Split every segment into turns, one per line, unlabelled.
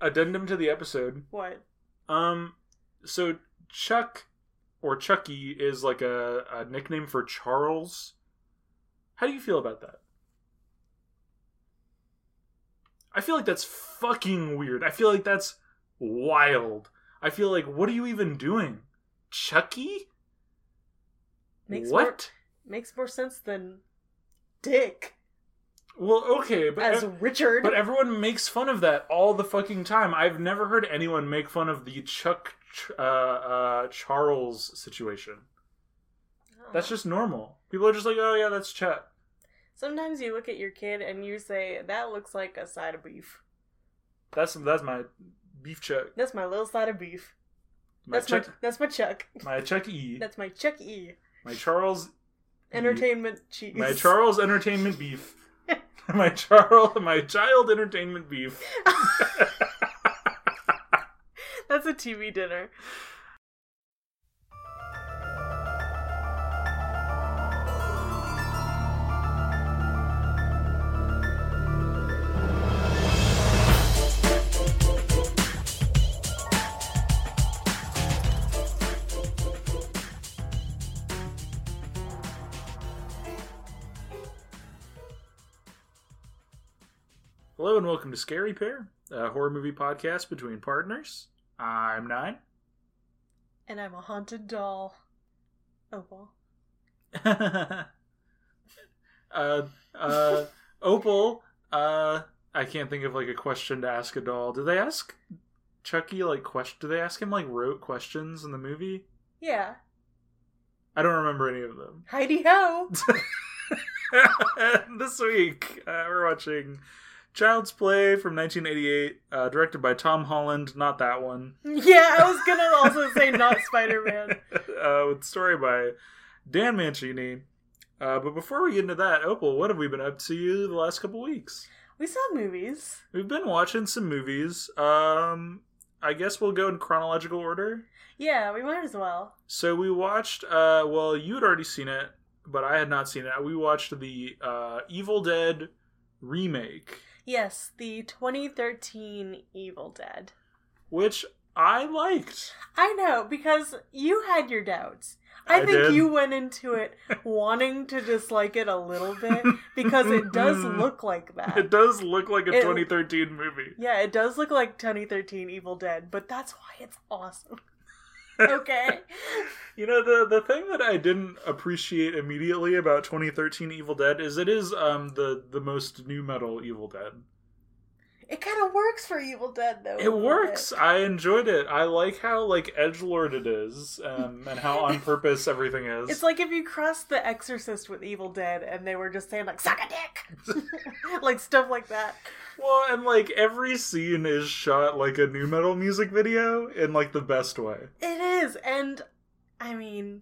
addendum to the episode.
What?
Um, so Chuck or Chucky is like a, a nickname for Charles. How do you feel about that? I feel like that's fucking weird. I feel like that's wild. I feel like what are you even doing, Chucky?
Makes More,
what?
makes more sense than Dick
Well, okay, but
as Richard.
But everyone makes fun of that all the fucking time. I've never heard anyone make fun of the Chuck Ch- uh, uh, Charles situation.
Oh.
That's just normal. People are just like, oh yeah, that's Chuck.
Sometimes you look at your kid and you say, "That looks like a side of beef."
That's that's my beef Chuck.
That's my little side of beef.
My
that's
Chuck. E.
my that's my Chuck.
My Chuck E.
That's my Chuck E.
My Charles. E,
Entertainment cheese.
My Charles entertainment beef. my Charles. My child entertainment beef.
That's a TV dinner.
Hello and welcome to Scary Pair, a horror movie podcast between partners. I'm Nine.
And I'm a haunted doll. Oh, Opal.
uh, uh, Opal, uh, I can't think of like a question to ask a doll. Do they ask Chucky like question? Do they ask him like rote questions in the movie?
Yeah.
I don't remember any of them.
Heidi ho.
this week uh, we're watching Child's Play from 1988, uh, directed by Tom Holland. Not that one.
yeah, I was gonna also say not Spider Man.
uh, with story by Dan Mancini. Uh, but before we get into that, Opal, what have we been up to the last couple weeks?
We saw movies.
We've been watching some movies. Um, I guess we'll go in chronological order.
Yeah, we might as well.
So we watched. Uh, well, you had already seen it, but I had not seen it. We watched the uh, Evil Dead remake,
Yes, the 2013 Evil Dead.
which I liked.
I know because you had your doubts. I,
I
think
did.
you went into it wanting to dislike it a little bit because it does look like
Mm-hmm. It
that.
does look like a
It-
2013 movie.
Yeah, it does look like 2013 Evil Dead, but that's why it's awesome. Okay.
You know the the thing that I didn't appreciate immediately about 2013 Evil Dead is it is um the the most new metal Evil Dead.
it kind of works for Evil Dead though. a
It
little
works.
bit.
I enjoyed it. I like how like edge lord it is, um, and how on purpose everything is.
It's like if you crossed The Exorcist with Evil Dead and they were just saying like suck a dick. like stuff like that.
well, and like every scene is shot like a new metal music video in like the best way.
It is and I mean,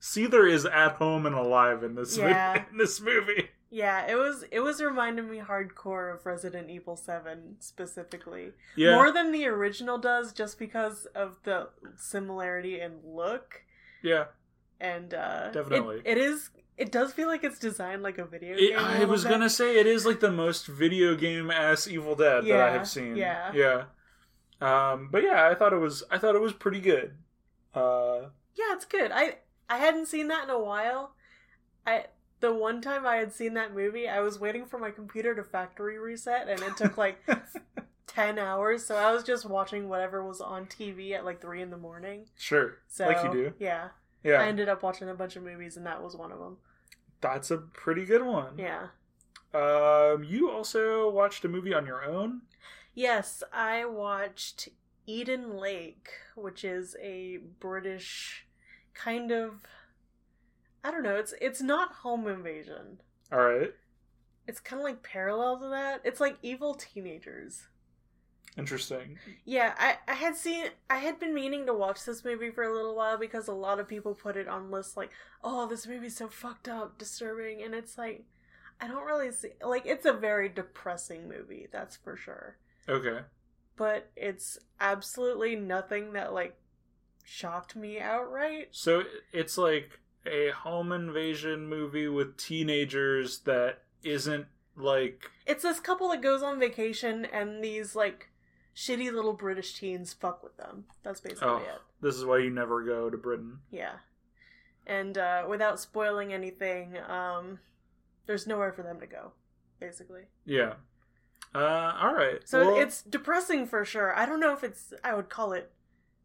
Seether is at home and alive in this
Yeah.
movie, in this movie.
Yeah, it was it was reminding me hardcore of Resident Evil 7 specifically.
Yeah,
More than the original does just because of the similarity in look
yeah.
and uh it-
Definitely.
it is it does feel like it's designed like a video
It,
game. a
I
little
was
bit.
gonna say it is like the most video game ass Evil Dead that I
Yeah,
have seen.
yeah.
yeah. Um, but yeah, I thought it was I thought it was pretty good. Uh,
Yeah, it's good. I I hadn't seen that in a while. I the one time I had seen that movie, I was waiting for my computer to factory reset and it took like 10 hours, so I was just watching whatever was on TV at like 3 in the morning.
sure,
So
like you do.
Yeah.
Yeah,
I ended up watching a bunch of movies, and that was one of them.
that's a pretty good one.
Yeah.
Um, you also watched a movie on your own.
Yes, I watched Eden Lake, which is a British kind of. I don't know. It's it's not home invasion.
All right,
It's kind of like parallel to that. It's like evil teenagers.
interesting.
Yeah, I, I had seen I had been meaning to watch this movie for a little while because a lot of people put it on lists like, oh, this movie's so fucked up, disturbing, and it's like, I don't really see like it's a very depressing movie, that's for sure.
Okay,
But it's absolutely nothing that like shocked me outright.
so it's like a home invasion movie with teenagers that isn't like
It's this couple that goes on vacation and these like shitty little British teens fuck with them. That's basically
Oh,
it.
this is why you never go to Britain.
Yeah. And uh, without spoiling anything, um, there's nowhere for them to go, basically.
Yeah. Uh, all right.
So
Well,
it's depressing for sure. I don't know if it's, I would call it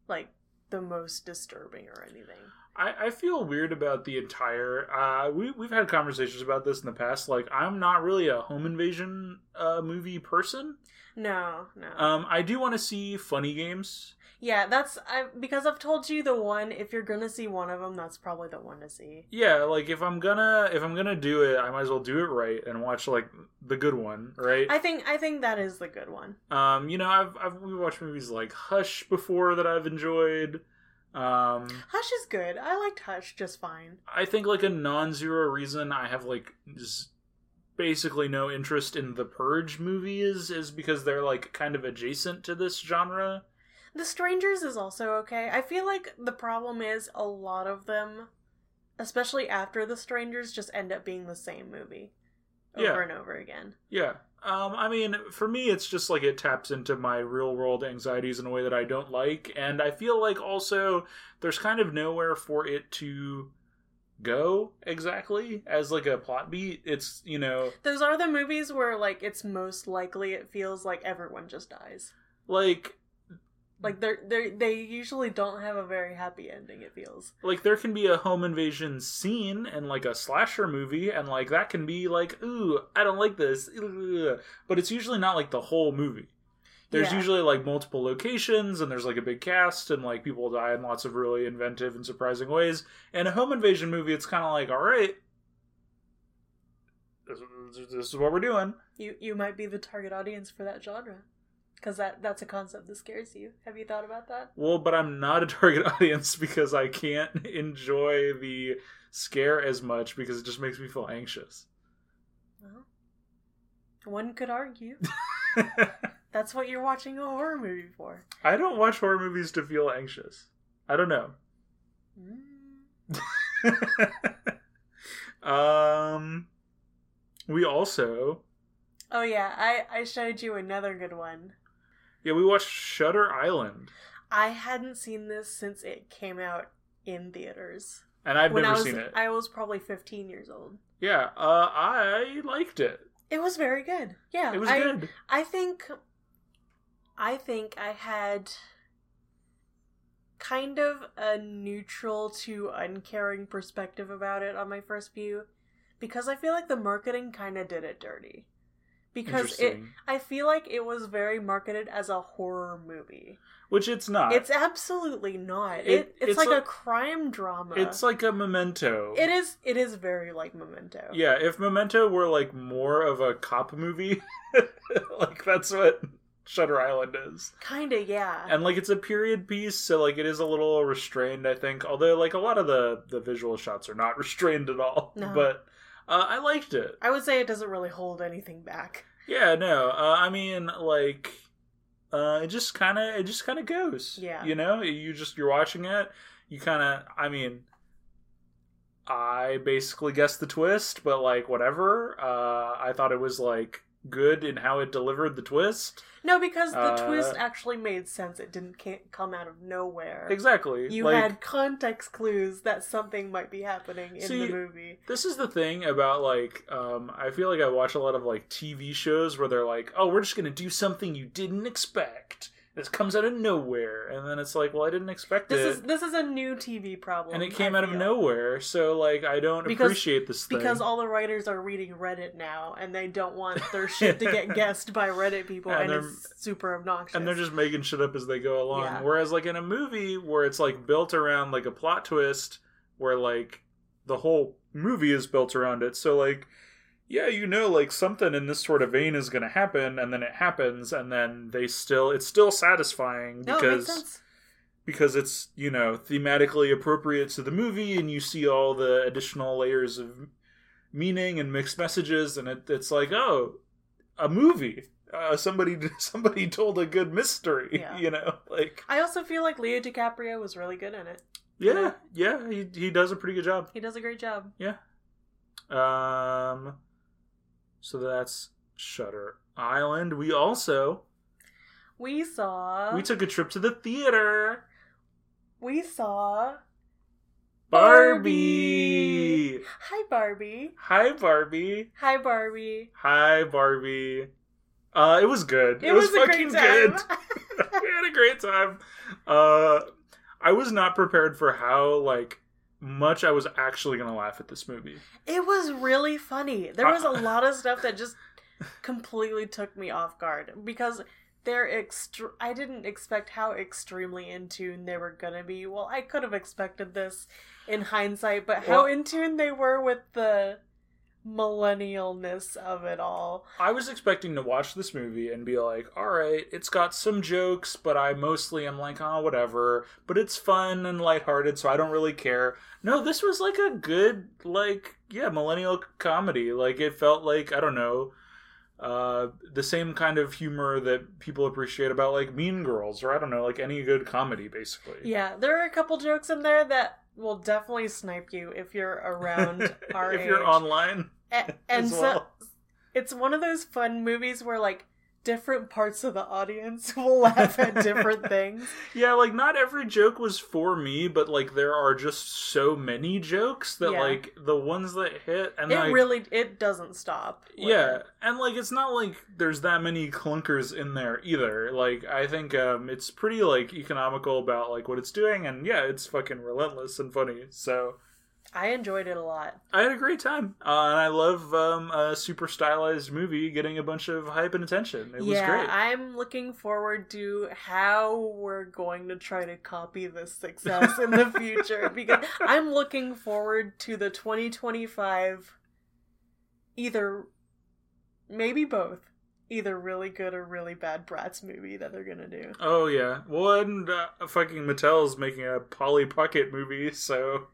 like the most disturbing or anything.
I, I feel weird about the entire. Uh, we we've had conversations about this in the past. Like I'm not really a home invasion uh, movie person.
No, no.
Um, I do want to see funny games.
yeah, that's I, because I've told you the one. If you're gonna see one of them, that's probably the one to see.
Yeah, like if I'm gonna if I'm gonna do it, I might as well do it right and watch like the good one, right?
I think I think that is the good one.
Um, you know, I've I've we watched movies like Hush before that I've enjoyed. Um,
Hush is good. I liked Hush just fine.
I think like a non-zero reason I have like z- basically no interest in the Purge movies is because they're like kind of adjacent to this genre.
The Strangers is also okay. I feel like the problem is a lot of them, especially after The Strangers, just end up being the same movie over
Yeah.
and over again.
Yeah. Um, I mean, for me, it's just like it taps into my real world anxieties in a way that I don't like. And I feel like also there's kind of nowhere for it to go exactly as like a plot beat. It's, you know,
Those are the movies where like it's most likely it feels like everyone just dies.
like
Like they're they are they usually don't have a very happy ending. It feels.
like there can be a home invasion scene in like a slasher movie and like that can be like ooh i don't like this Ugh. but it's usually not like the whole movie there's
Yeah.
usually like multiple locations and there's like a big cast and like people die in lots of really inventive and surprising ways and a home invasion movie it's kind of like all right this- this is what we're doing
You you might be the target audience for that genre, because that that's a concept that scares you. Have you thought about that?
Well, but I'm not a target audience because I can't enjoy the scare as much because it just makes me feel anxious.
Well, one could argue that's what you're watching a horror movie for.
I don't watch horror movies to feel anxious. I don't know.
Mm.
um, we also
Oh yeah, I I showed you another good one.
yeah we watched Shutter Island,
I hadn't seen this since it came out in theaters.
and I've
when
never
I was
seen it.
I was probably 15 years old.
yeah, uh, I liked it.
It was very good. Yeah,
It was
I,
good.
I think I think I had kind of a neutral to uncaring perspective about it on my first view because I feel like the marketing kind of did it dirty. Because it
Interesting.
I feel like it was very marketed as a horror movie.
Which it's not.
It's absolutely not. It,
It-
it's,
it's
like
like-
a crime drama.
it's like a memento.
uh, it is it is very like Memento.
Yeah, if Memento were like more of a cop movie, like that's what Shutter Island is.
Kind of, yeah.
And like it's a period piece, so like it is a little restrained, I think. Although like a lot of the the visual shots are not restrained at all.
No.
But uh, I liked it.
I would say it doesn't really hold anything back.
Yeah, no. Uh, I mean, like, uh, it just kind of it just kind of goes.
Yeah.
You know, you just you're watching it. You kind of. I mean, I basically guessed the twist, but like whatever. Uh, I thought it was like good in how it delivered the twist.
No, because the
Uh,
twist actually made sense. It didn't ca- come out of nowhere.
Exactly.
You
like,
had context clues that something might be happening in
See-
the movie.
This is the thing about like um, I feel like I watch a lot of like TV shows where they're like, "Oh, we're just gonna do something you didn't expect." This comes out of nowhere, and then it's like, "Well, I didn't expect it."
This is this is a new TV problem,
and it came
I
out of
feel.
nowhere so like i don't
Because-
appreciate this thing
Because all the writers are reading Reddit now, and they don't want their shit to get guessed by Reddit people,
And
and,
they're-
it's super obnoxious.
and they're just making shit up as they go along
Yeah.
whereas like in a movie where it's like built around like a plot twist where like the whole movie is built around it so like yeah you know like something in this sort of vein is going to happen and then it happens and then they still it's still satisfying
no,
because
it makes sense.
because it's you know thematically appropriate to the movie and you see all the additional layers of meaning and mixed messages and it, it's like oh a movie uh, somebody somebody told a good mystery
Yeah.
you know like
I also feel like Leo DiCaprio was really good in it.
yeah yeah he, he does a pretty good job
He does a great job.
um so that's shutter island we also
We saw.
We took a trip to the theater.
we saw.
Barbie.
Hi, Barbie.
Hi, Barbie.
Hi, Barbie.
Hi, Barbie. Uh, it was good.
It, was, a
fucking
great time.
we had a great time. Uh, I was not prepared for how like much I was actually gonna laugh at this movie.
it was really funny. There was a
Uh,
lot of stuff that just completely took me off guard because they're extr I didn't expect how extremely in tune they were gonna be. Well, I could have expected this in hindsight, but how
Well-
in tune they were with the millennialness of it all.
I was expecting to watch this movie and be like, all right, it's got some jokes, but I mostly am like, oh, whatever. But it's fun and lighthearted, so I don't really care. No, this was like a good, like, yeah, millennial comedy. Like, it felt like, I don't know, uh, the same kind of humor that people appreciate about, like, Mean Girls, or I don't know, like any good comedy, basically.
Yeah, there are a couple jokes in there that will definitely snipe you if you're around our
if
age.
you're online
A- and
as
so
well.
it's one of those fun movies where like different parts of the audience will laugh at different things.
Yeah, like not every joke was for me, but like there are just so many jokes that
Yeah.
like the ones that hit and
it
like
really it doesn't stop.
yeah, and like it's not like there's that many clunkers in there either. Like I think um it's pretty like economical about like what it's doing and yeah, it's fucking relentless and funny. So
I enjoyed it a lot.
I had a great time. Uh, and I love um a super stylized movie getting a bunch of hype and attention. It was
yeah,
great.
I'm looking forward to how we're going to try to copy this success in the future because I'm looking forward to the 2025 either maybe both either really good or really bad brats movie that they're going to do.
Oh yeah, well, and uh, fucking Mattel's making a Polly Pocket movie, so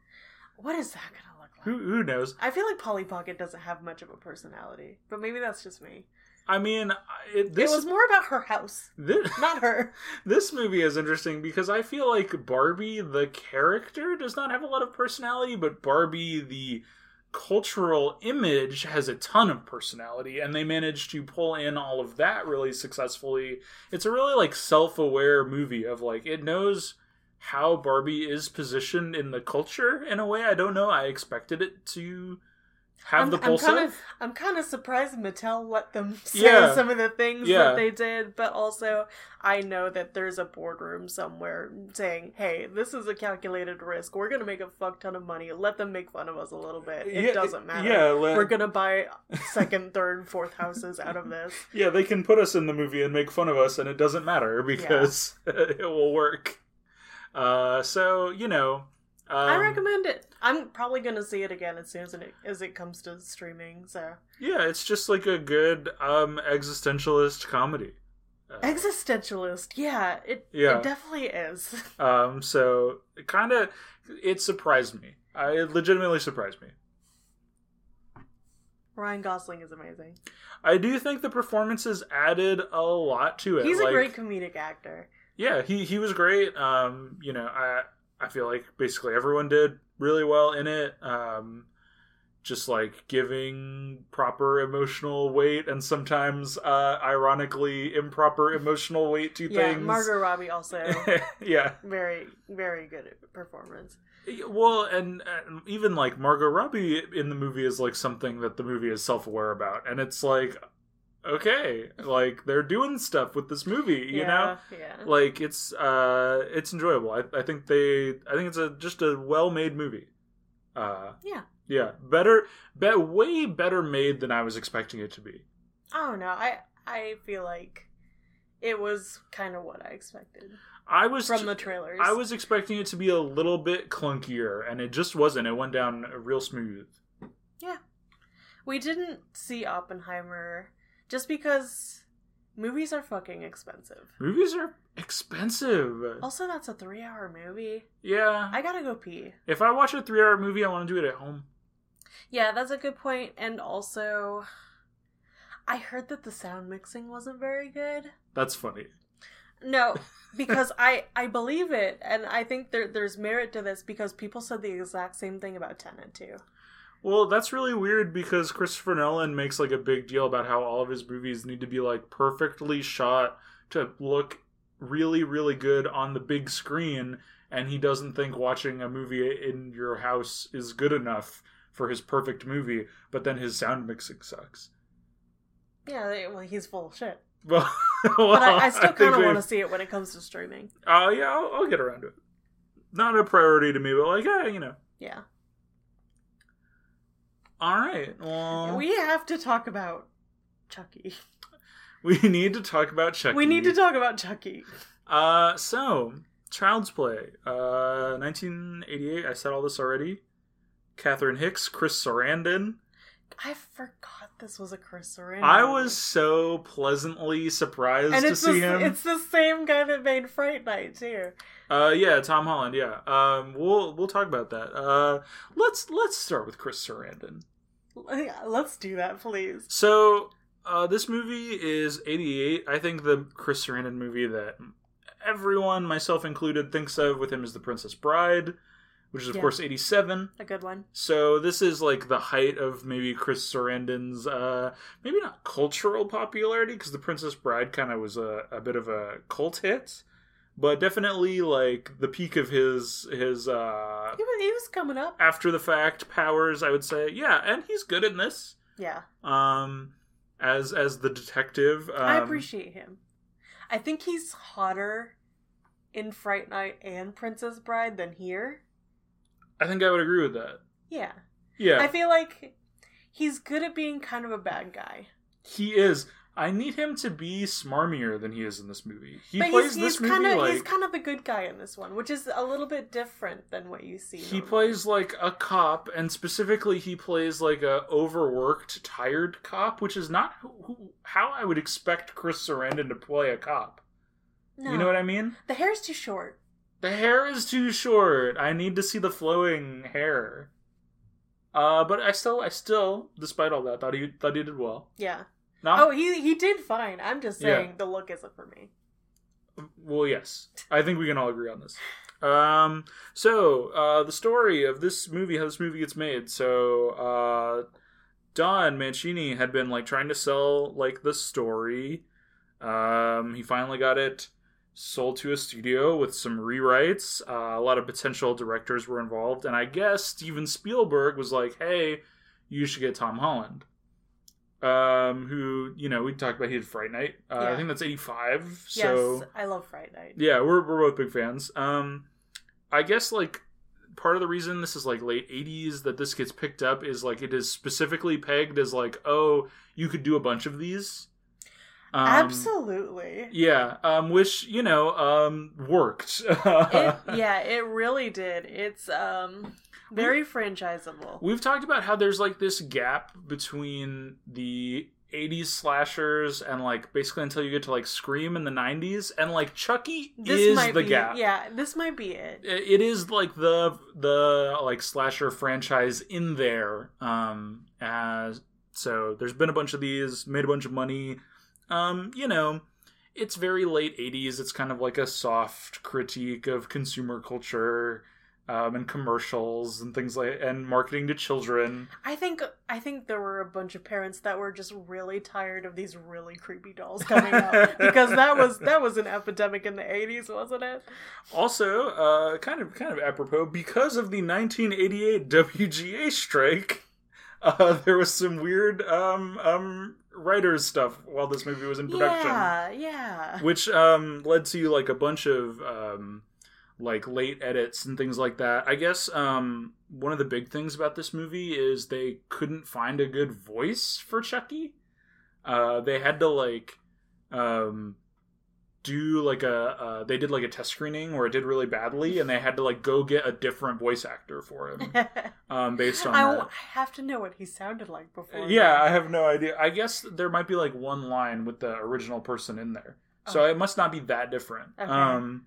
What is that going to look like?
who who knows?
I feel like Polly Pocket doesn't have much of a personality, but maybe that's just me.
I mean, I- it, this,
it was more about her house,
this
not her.
this movie is interesting because I feel like Barbie the character does not have a lot of personality, but Barbie the cultural image has a ton of personality, and they managed to pull in all of that really successfully. It's a really like self-aware movie of like it knows how Barbie is positioned in the culture in a way I don't know I expected it to have
I'm,
the pulse
I'm kind
of.
of I'm kind of surprised Mattel let them say
Yeah.
some of the things
Yeah.
that they did, but also I know that there's a boardroom somewhere saying, "Hey, this is a calculated risk. We're gonna make a fuck ton of money. Let them make fun of us a little bit. It
Yeah,
doesn't matter.
Yeah, like-
We're gonna buy second, third, and fourth houses out of this."
Yeah, they can put us in the movie and make fun of us, and it doesn't matter because it will work. Uh, so you know, um,
I recommend it. I'm probably gonna see it again as soon as it as it comes to streaming. So
Yeah, it's just like a good um, existentialist comedy. Uh,
existentialist, yeah, it
Yeah.
it definitely is.
um, so it kind of it surprised me. I, it legitimately surprised me.
Ryan Gosling is amazing.
I do think the performances added a lot to it.
He's a
like-
great comedic actor.
yeah he he was great um you know i i feel like basically everyone did really well in it um just like giving proper emotional weight and sometimes uh ironically improper emotional weight to
Yeah,
things
Margot Robbie also
yeah
very very good performance.
well and, and even like margot robbie in the movie is like something that the movie is self-aware about and it's like okay like they're doing stuff with this movie you
yeah,
know
yeah.
like it's uh it's enjoyable i, I think they i think it's a just a well-made movie uh
Yeah.
yeah better bet way better made than i was expecting it to be
I don't know. I I feel like it was kind of what I expected
i was
from the trailers.
i was expecting it to be a little bit clunkier and it just wasn't it went down real smooth
We didn't see Oppenheimer just because movies are fucking expensive.
movies are expensive
Also, that's a three-hour movie.
yeah
I gotta go pee.
if i watch a three-hour movie i want to do it at home
Yeah, that's a good point. And also, I heard that the sound mixing wasn't very good.
that's funny
No, because I I believe it, and I think there there's merit to this because people said the exact same thing about Tenet too.
Well, that's really weird because Christopher Nolan makes like a big deal about how all of his movies need to be like perfectly shot to look really, really good on the big screen, and he doesn't think watching a movie in your house is good enough for his perfect movie, but then his sound mixing sucks.
Yeah, they, well, he's full of shit.
Well,
But I, I still kind of want to see it when it comes to streaming.
Oh, yeah, I'll, I'll get around to it. Not a priority to me, but like, yeah, you know.
Yeah.
All right. Well, we,
We have to talk about Chucky.
need to talk about Chucky.
We need to talk about Chucky.
Uh, so Child's Play, uh, 1988. I said all this already. Catherine Hicks, Chris Sarandon.
I forgot this was a Chris Sarandon.
I was so pleasantly surprised
and
to
it's
see
the,
him.
It's the same guy that made Fright Night too.
Uh, yeah, Tom Holland. Yeah, um, we'll we'll talk about that. Uh, let's let's start with Chris Sarandon.
Yeah, Let's do that, please.
So uh, this movie is 88. I think the Chris Sarandon movie that everyone, myself included, thinks of with him is The Princess Bride, which is of
Yeah.
course 87.
A good one.
So this is like the height of maybe Chris Sarandon's uh maybe not cultural popularity because The Princess Bride kind of was a, a bit of a cult hit, but definitely like the peak of his his uh
He was, he was coming up.
after the fact powers, I would say. Yeah, and he's good in this.
Yeah,
Um as as the detective. Um,
I appreciate him. I think he's hotter in Fright Night and Princess Bride than here.
I think I would agree with that.
Yeah,
Yeah.
I feel like he's good at being kind of a bad guy.
he is I need him to be smarmier than he is in this movie. He
but
plays
he's,
this
he's
movie
kind of
like
he's kind of the good guy in this one, which is a little bit different than what you see.
he
normally.
plays like a cop and specifically he plays like a overworked tired cop which is not who, who, how i would expect chris sarandon to play a cop
No.
you know what i mean
The hair's too short.
the hair is too short i need to see the flowing hair uh but i still i still despite all that thought he thought he did well
Yeah.
not
Oh, he he did fine. I'm just
Yeah.
saying the look isn't for me.
Well, yes, I think we can all agree on this. Um, so uh, the story of this movie, how this movie gets made. So uh, Don Mancini had been like trying to sell like the story. Um, he finally got it sold to a studio with some rewrites. Uh, a lot of potential directors were involved, and I guess Steven Spielberg was like, "Hey, you should get Tom Holland." Um, who you know we talked about he did Fright Night. Uh, I
Yeah.
think that's eighty five. So
Yes, I love Fright Night.
yeah, we're we're both big fans. Um, I guess like part of the reason this is like late '80s that this gets picked up is like it is specifically pegged as like oh you could do a bunch of these. Um,
Absolutely.
Yeah, um, which you know um, worked.
it, yeah, it really did. It's um very franchisable.
We've talked about how there's like this gap between the 80s slashers and like basically until you get to like Scream in the 90s and like Chucky
this
is
might
the
be
gap.
yeah, this might be it.
it is like the the like slasher franchise in there um as so there's been a bunch of these made a bunch of money um you know it's very late 80s it's kind of like a soft critique of consumer culture um, and commercials and things like and marketing to children
I think I think there were a bunch of parents that were just really tired of these really creepy dolls coming out because that was that was an epidemic in the 80s, wasn't it?
also uh kind of kind of apropos because of the 1988 wga strike uh, there was some weird um, um, writers stuff while this movie was in production,
Yeah, yeah.
which um, led to like a bunch of um, like late edits and things like that. I guess um, one of the big things about this movie is they couldn't find a good voice for Chucky. Uh, they had to like um, do like a uh, they did like a test screening where it did really badly, and they had to like go get a different voice actor for him um, based on.
I,
that.
I have to know what he sounded like before.
Yeah, I have no idea. I guess there might be like one line with the original person in there. So
Oh.
it must not be that different.
Okay.
Um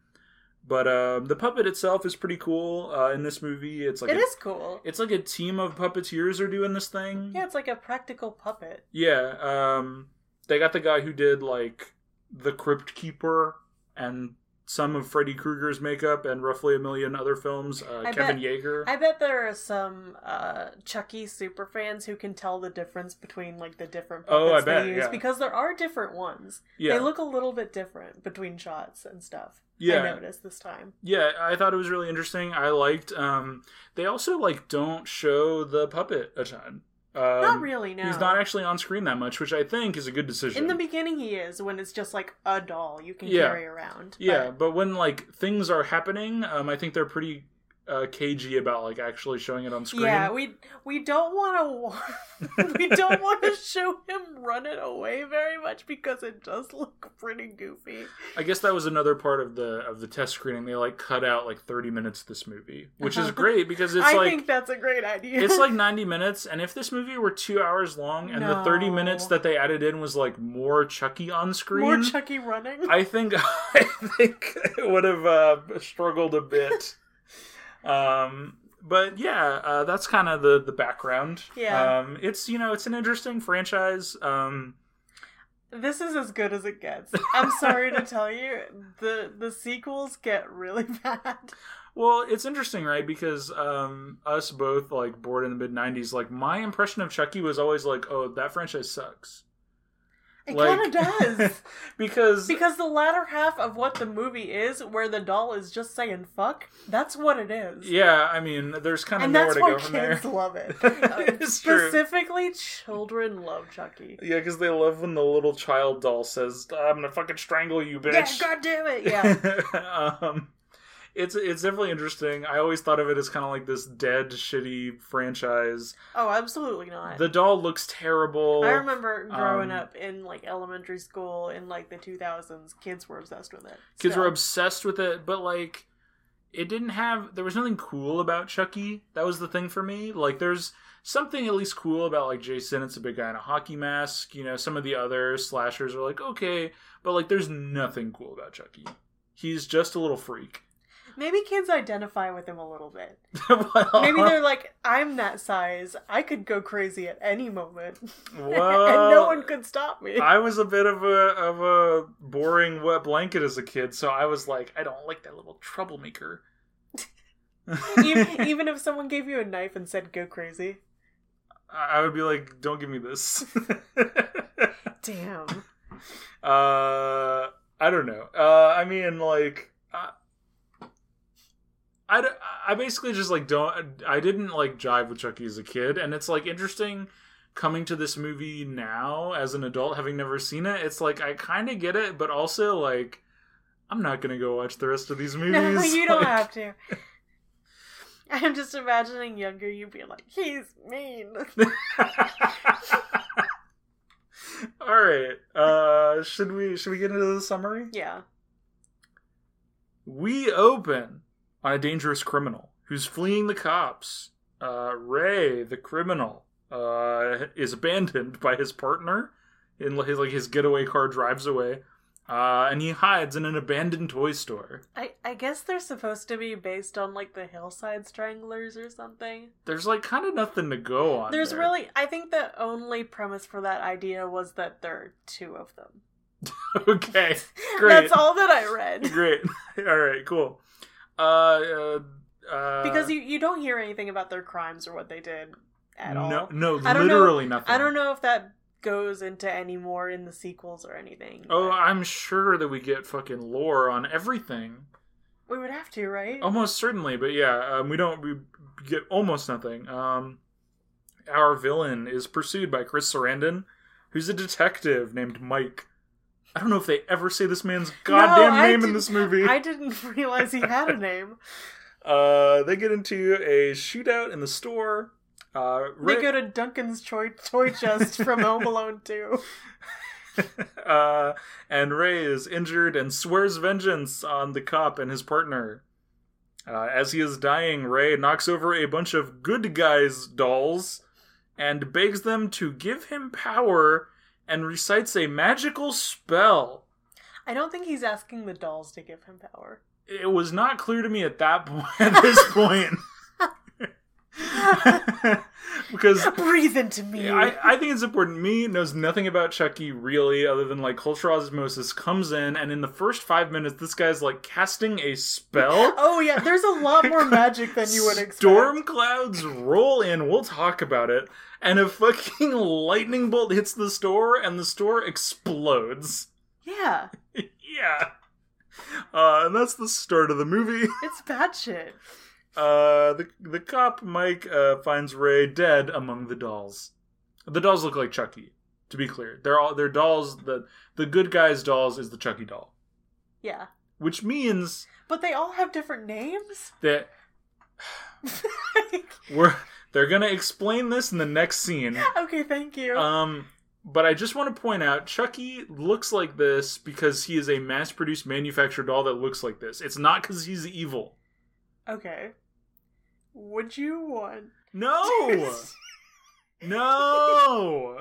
but um the puppet itself is pretty cool uh, in this movie. It's like
it
a,
is cool.
it's like a team of puppeteers are doing this thing.
yeah, it's like a practical puppet.
Yeah, um they got the guy who did like The Crypt Keeper and some of Freddy Krueger's makeup and roughly a million other films. Uh,
I
Kevin
bet-
Yeager.
I bet there are some uh, Chucky superfans who can tell the difference between like the different puppets
Oh, I
they
bet,
use
yeah.
because there are different ones.
yeah,
They look a little bit different between shots and stuff. I
yeah,
noticed this time.
yeah. I thought it was really interesting. I liked. Um, they also like don't show the puppet a ton. Um,
not really. No,
He's not actually on screen that much, which I think is a good decision.
In the beginning, he is when it's just like a doll you can
Yeah.
carry around. but-
yeah, but when like things are happening, um, I think they're pretty uh, cagey about like actually showing it on screen.
Yeah, we we don't want to we don't want to show him running away very much because it does look pretty goofy.
I guess that was another part of the of the test screening. They like cut out like 30 minutes of this movie, which is great because it's
Uh-huh. I
like
think that's a great idea.
it's like 90 minutes and if this movie were 2 hours long and the 30
No.
minutes that they added in was like more Chucky on screen,
more Chucky running.
I think I think it would have uh, struggled a bit. um but yeah, uh, that's kind of the the background.
Yeah.
Um it's you know, it's an interesting franchise. Um
This is as good as it gets. I'm sorry to tell you, the the sequels get really bad.
Well, it's interesting, right? Because um, us both like born in the mid '90s. Like my impression of Chucky was always like, "Oh, that franchise sucks,"
It
Like-
kind of does.
because
Because the latter half of what the movie is, where the doll is just saying fuck, that's what it is.
yeah, I mean, there's kind of
and
nowhere
that's
to
why
go from there.
kids love it.
It's true.
Specifically, children love Chucky.
Yeah, because they love when the little child doll says, "I'm gonna fucking strangle you,
Yeah,
bitch."
god damn it, yeah.
um, it's it's definitely interesting. I always thought of it as kind of like this dead, shitty franchise.
Oh, absolutely not.
The doll looks terrible.
I remember growing
um,
up in like elementary school in like the 2000s, kids were obsessed with it.
kids
So-
were obsessed with it but like it didn't have there was nothing cool about chucky that was the thing for me like there's something at least cool about like jason it's a big guy in a hockey mask you know some of the other slashers are like okay but like there's nothing cool about chucky he's just a little freak
Maybe kids identify with him a little bit.
well,
Maybe they're like, I'm that size. I could go crazy at any moment. and no
well,
one could stop me.
i was a bit of a of a boring wet blanket as a kid so i was like i don't like that little troublemaker
even, even if someone gave you a knife and said, go crazy.
I I would be like, don't give me this.
Damn.
uh, I don't know. Uh, I mean, like, I, I, d- I basically just like don't. I didn't like jive with Chucky as a kid, and it's like interesting coming to this movie now as an adult, having never seen it. It's like I kind of get it, but also like. I'm not gonna go watch the rest of these movies.
No, you don't
Like,
have to. I'm just imagining younger you being like, he's mean.
All right. Uh, should we should we get into the summary?
yeah.
We open on a dangerous criminal who's fleeing the cops. Uh, Ray, the criminal, uh, is abandoned by his partner, and his like his getaway car drives away, uh, and he hides in an abandoned toy store.
I, I guess they're supposed to be based on like the hillside stranglers or something.
There's like kind of nothing to go on.
There's
there.
really, I think the only premise for that idea was that there are two of them.
okay, Great.
That's all that I read.
great. All right, cool. Uh, uh, uh,
because you, you don't hear anything about their crimes or what they did at all.
no, no,
I don't know-
literally nothing.
I don't know if that goes into any more in the sequels or anything.
Oh,
but
I'm sure that we get fucking lore on everything.
we would have to, right?
Almost certainly, but yeah, um, we don't we get almost nothing. Um, our villain is pursued by Chris Sarandon, who's a detective named Mike. I don't know if they ever say this man's goddamn
I
name in
didn't-
this movie.
I didn't realize he had a name.
Uh, they get into a shootout in the store. Uh,
They
Rick-
go to Duncan's toy, toy chest from Home Alone 2.
uh, and Ray is injured and swears vengeance on the cop and his partner. Uh, as he is dying, Ray knocks over a bunch of good guys' dolls and begs them to give him power and recites a magical spell.
I don't think he's asking the dolls to give him power.
It was not clear to me at that point. At this point, because
Breathe into me.
yeah, I, I think it's important. Me knows nothing about Chucky really, other than like cultural osmosis comes in, and in the first five minutes, this guy's like casting a spell.
oh yeah, there's a lot more magic than you would expect.
Storm clouds roll in. We'll talk about it. And a fucking lightning bolt hits the store, and the store explodes.
Yeah,
yeah. Uh, and that's the start of the movie.
it's bad shit.
Uh, the the cop Mike uh, finds Ray dead among the dolls. The dolls look like Chucky. To be clear, they're all they're dolls. The the good guy's dolls is the Chucky doll,
Yeah,
which means
but they all have different names.
that we're they're gonna explain this in the next scene.
okay, thank you.
Um, but I just want to point out Chucky looks like this because he is a mass-produced manufactured doll that looks like this. It's not because he's evil.
okay, would you want?
No, no,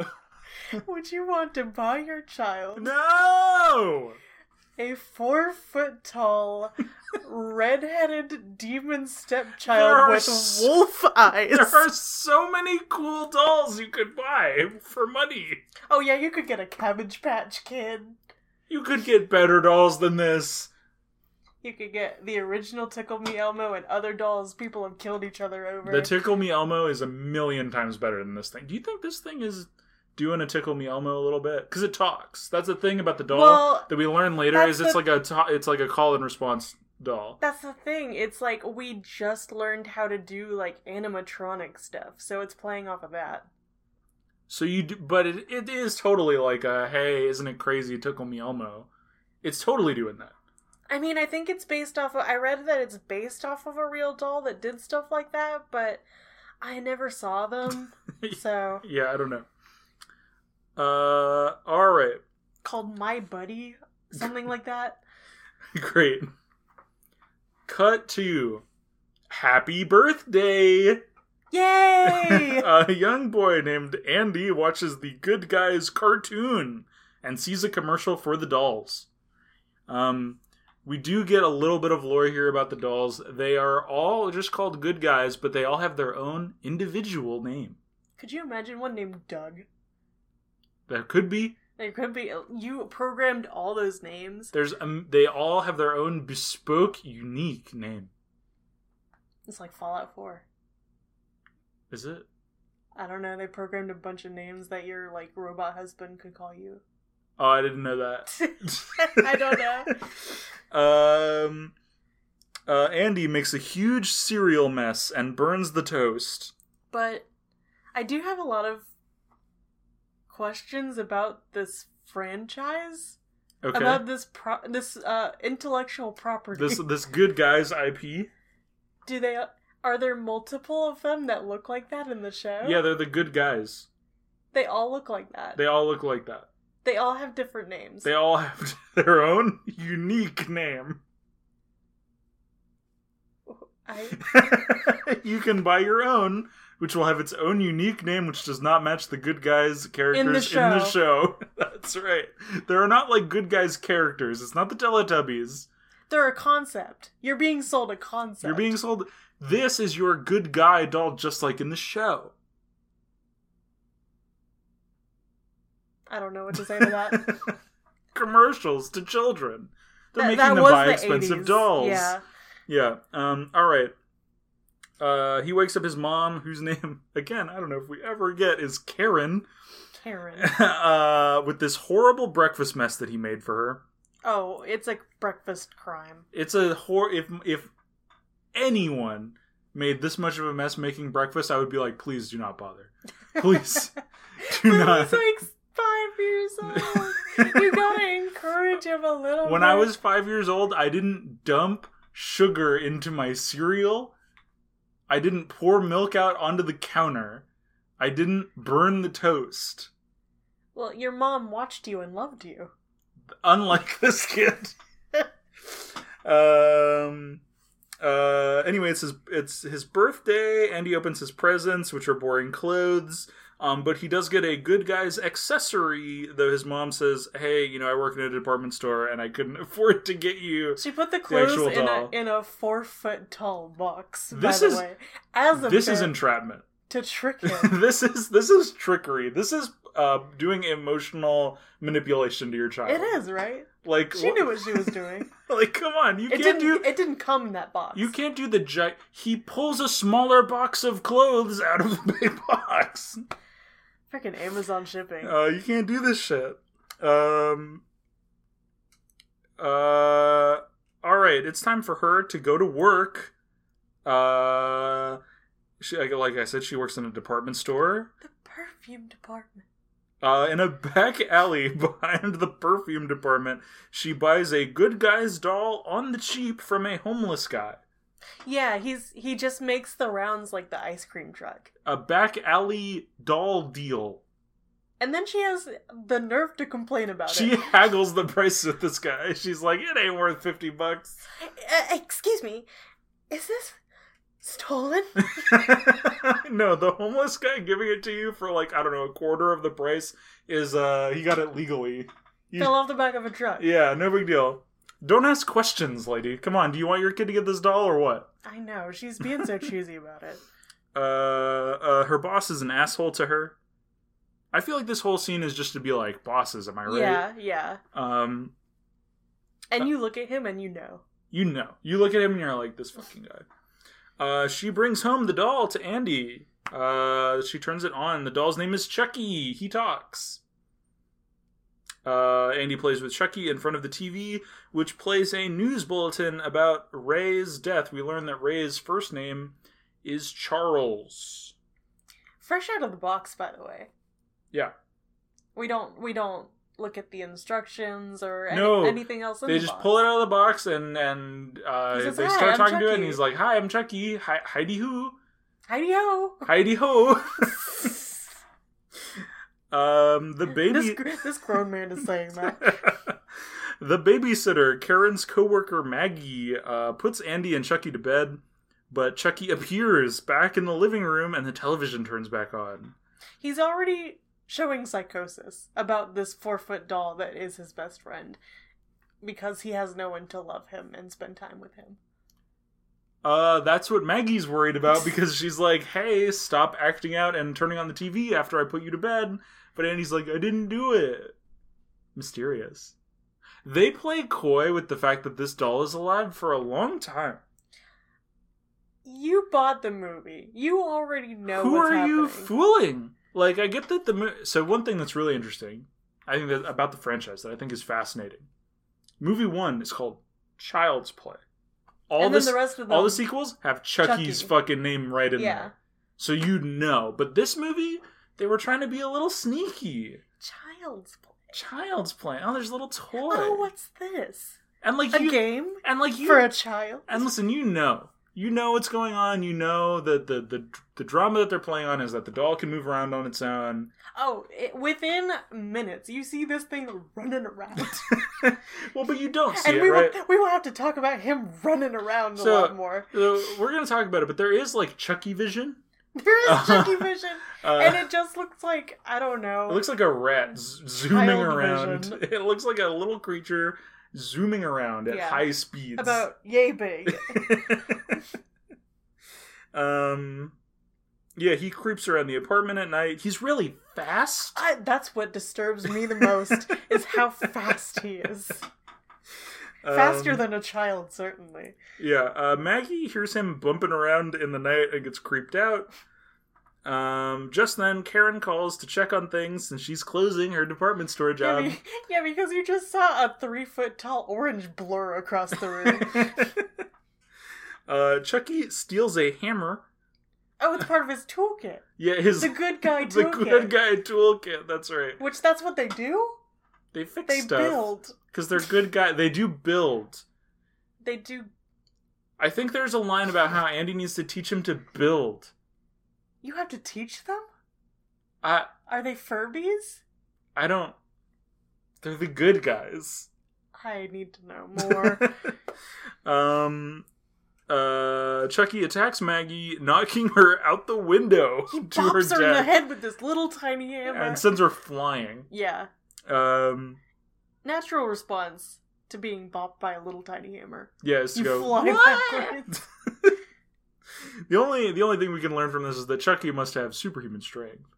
would you want to buy your child
no.
a four foot tall, redheaded demon
There
stepchild
are
with
s-
wolf eyes?
There are so many cool dolls you could buy for money.
Oh yeah, you could get a Cabbage Patch Kid.
You could get better dolls than this.
You could get the original Tickle Me Elmo and other dolls people have killed each other over.
The Tickle Me Elmo is a million times better than this thing. Do you think this thing is doing a Tickle Me Elmo a little bit? Because it talks. That's the thing about the doll
Well,
that we learn later
that's
is it's
the-
like a to- it's like a call and response doll.
That's the thing. It's like we just learned how to do like animatronic stuff, so it's playing off of that.
So you, do, but it, it is totally like a hey, isn't it crazy? Tickle Me Elmo. It's totally doing that.
I mean, I think it's based off of. I read that it's based off of a real doll that did stuff like that, but I never saw them. so
Yeah, I don't know. Uh, all right.
called My Buddy, something like that.
Great. Cut to Happy Birthday!
Yay!
a young boy named Andy watches the Good Guys cartoon and sees a commercial for the dolls. Um, we do get a little bit of lore here about the dolls. They are all just called Good Guys, but they all have their own individual name.
Could you imagine one named Doug?
There could be.
There could be. You programmed all those names.
There's um, they all have their own bespoke, unique name.
It's like Fallout 4.
Is it?
I don't know. They programmed a bunch of names that your like robot husband could call you.
Oh, I didn't know that.
I don't know.
Um, uh, Andy makes a huge cereal mess and burns the toast.
But I do have a lot of questions about this franchise,
Okay,
about this pro- this uh, intellectual property.
this this good guy's IP.
Do they are there multiple of them that look like that in the show?
Yeah, they're the good guys.
they all look like that.
They all look like that.
They all have different names.
They all have their own unique name.
I,
you can buy your own, which will have its own unique name, which does not match the good guys characters in the show.
show.
That's right. There are not like good guys characters. It's not the Teletubbies.
they're a concept. You're being sold a concept.
You're being sold. This is your good guy doll, just like in the show.
I don't know what to say to that.
Commercials to children. They're
That-
making
that
them
was
buy
the
expensive
80s.
dolls.
Yeah.
Yeah. Um. All right. Uh, he wakes up his mom, whose name again I don't know if we ever get is Karen,
Karen.
uh, with this horrible breakfast mess that he made for her.
Oh, it's like breakfast crime.
It's a hor. If if anyone made this much of a mess making breakfast, I would be like, please do not bother. Please do
But
not.
he's like five years old. you gotta encourage him a little.
when I
more.
was five years old, I didn't dump sugar into my cereal. I didn't pour milk out onto the counter. I didn't burn the toast.
well, your mom watched you and loved you.
Unlike this kid. um. Uh. Anyway, it's his it's his birthday. Andy opens his presents, which are boring clothes. Um, but he does get a good guy's accessory, though his mom says, "Hey, you know, I work in a department store, and I couldn't afford to get you
She put the
actual
clothes in
doll.
a in a four foot tall box.
This
by
is-
the way, as a
this
bit.
is entrapment.
to trick him.
this is this is trickery. This is uh, doing emotional manipulation to your child.
it is right.
like
She
wh-
knew what she was doing.
Like come on, you can't
it didn't.
do
It didn't come in that box.
you can't do the gi- He pulls a smaller box of clothes out of the big box.
Freaking Amazon shipping.
Uh, you can't do this shit. Um. Uh. All right, it's time for her to go to work. Uh, she like- like I said, she works in a department store.
the perfume department.
Uh, in a back alley behind the perfume department, she buys a good guy's doll on the cheap from a homeless guy.
Yeah, he's he just makes the rounds like the ice cream truck.
A back alley doll deal.
And then she has the nerve to complain about
She
it.
haggles the price with this guy. She's like, it ain't worth 50 bucks.
Uh, excuse me, is this stolen?
no, the homeless guy giving it to you for like, I don't know, a quarter of the price is, uh, he got it legally. You-
Fell off the back of a truck.
Yeah, no big deal. Don't ask questions, lady. Come on, do you want your kid to get this doll or what?
I know she's being so choosy about it.
uh, uh, her boss is an asshole to her. I feel like this whole scene is just to be like bosses. Am I right?
Yeah, yeah.
Um,
And you look at him and you know.
you know, you look at him and you're like, this fucking guy. Uh, she brings home the doll to Andy. Uh, she turns it on. The doll's name is Chucky. He talks. Uh, Andy plays with Chucky in front of the TV, which plays a news bulletin about Ray's death. We learn that Ray's first name is Charles.
Fresh out of the box, by the way.
Yeah.
We don't we don't look at the instructions or any,
No,
anything else. In
they
the
just
box.
pull it out of the box and and uh,
He says,
they
"Hi,
start
I'm
talking to it and
Chucky.
he's like hi i'm chucky hi heidi who
Heidi ho.
heidi ho um the
This
baby
gr- this grown man is saying that.
the babysitter karen's coworker maggie uh, puts andy and chucky to bed but chucky appears back in the living room and the television turns back on
He's already showing psychosis about this four foot doll that is his best friend because he has no one to love him and spend time with him.
uh, that's what Maggie's worried about because she's like, "Hey, stop acting out and turning on the TV after I put you to bed." But Andy's like, "I didn't do it." Mysterious. They play coy with the fact that this doll is alive for a long time.
You bought the movie. You already know
Who
what's
are
happening.
you fooling? Like, I get that the mo- so one thing that's really interesting, I think that about the franchise that I think is fascinating. Movie one is called Child's Play. All
and
this,
then the rest of them,
all the sequels have Chucky's
Chucky.
fucking name right in
Yeah.
there. So you'd know. But this movie, they were trying to be a little sneaky.
child's play.
Child's play. Oh, there's a little toy.
Oh, what's this?
and like
A
you
game
and like you
for a child?
and listen, you know. You know what's going on. You know that the, the the drama that they're playing on is that the doll can move around on its own.
Oh, it, within minutes, you see this thing running around,
Well, but you don't see
and
it,
we
right?
will we will have to talk about him running around
So-
a lot more.
So we're gonna talk about it, but there is like Chucky vision.
There is Chucky vision,
Uh,
and it just looks like I don't know.
It looks like a rat z- zooming
Child
around.
vision.
It looks like a little creature zooming around at
Yeah.
high speeds.
about yay big.
um, yeah, he creeps around the apartment at night. He's really fast.
I, that's what disturbs me the most is how fast he is. Faster
Um,
than a child, certainly.
yeah. Uh, Maggie hears him bumping around in the night and gets creeped out. Um, just then, Karen calls to check on things since she's closing her department store
Yeah,
job.
be- yeah, because you just saw a three foot tall orange blur across the room.
uh, Chucky steals a hammer.
oh, it's part of his toolkit.
Yeah, his
The good guy
the
toolkit.
good guy toolkit. That's right.
Which that's what they do.
They fix
They
stuff
build.
because they're good guy. They do build.
They do.
I think there's a line about how Andy needs to teach him to build.
You have to teach them.
I
Are they Furbies?
I don't. They're the good guys.
I need to know more.
um, uh, Chucky attacks Maggie, knocking her out the window
he
to her
bops her, in the
death,
head with this little tiny hammer.
and sends her flying.
yeah.
Um,
natural response to being bopped by a little tiny hammer.
yeah, it's to
You
go.
fly
"What?"
backwards.
The only the only thing we can learn from this is that Chucky must have superhuman strength.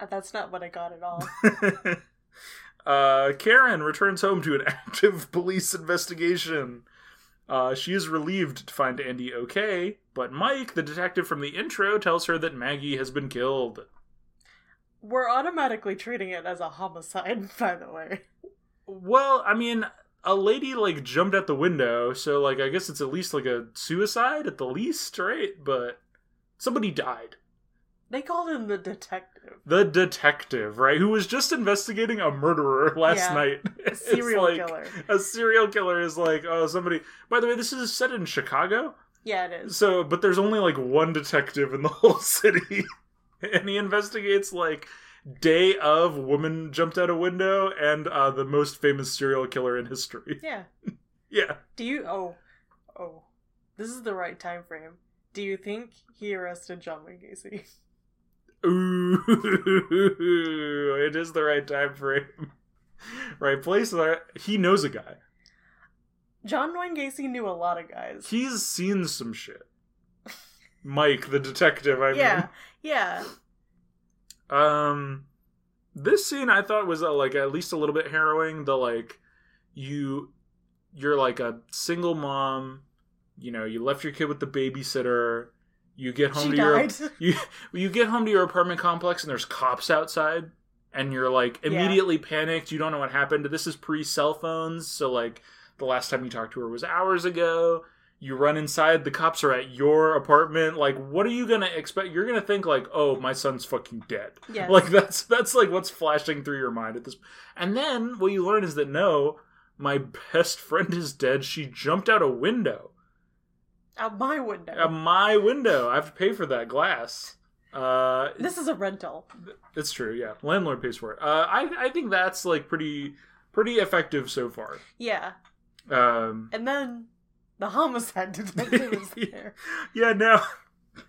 Uh, That's not what I got at all.
uh, Karen returns home to an active police investigation. Uh, she is relieved to find Andy okay, but Mike, the detective from the intro, tells her that Maggie has been killed.
We're automatically treating it as a homicide, by the way.
Well, I mean, a lady like jumped out the window, so like I guess it's at least like a suicide at the least, right? But somebody died.
They called him the detective.
The detective, right, who was just investigating a murderer last
Yeah.
night.
A
It's
serial
like-
killer.
A serial killer is like, oh, somebody. By the way, this is set in Chicago,
Yeah, it is.
so but there's only like one detective in the whole city, and he investigates like day of woman jumped out a window and uh, the most famous serial killer in history.
Yeah.
Yeah.
Do you. Oh. Oh. This is the right time frame. Do you think he arrested John Wayne Gacy?
Ooh, it is the right time frame. Right place. Right. He knows a guy.
John Wayne Gacy knew a lot of guys.
He's seen some shit. Mike, the detective. I
yeah. Yeah.
mean, um, this scene I thought was uh, like at least a little bit harrowing. The like, you, you're like a single mom. You know, you left your kid with the babysitter. You get home
She
to your
died.
you you get home to your apartment complex and there's cops outside and you're like
Yeah.
immediately panicked you don't know what happened this is pre cell phones so like the last time you talked to her was hours ago you run inside the cops are at your apartment like what are you gonna expect you're gonna think like oh my son's fucking dead
Yes.
like that's that's like what's flashing through your mind at this and then what you learn is that no my best friend is dead she jumped out a window
Out my window.
at my window i have to pay for that glass uh
this is a rental.
It's true, yeah. Landlord pays for it. Uh, I I think that's like pretty pretty effective so far.
Yeah.
Um,
And then the homicide detective is there.
yeah, now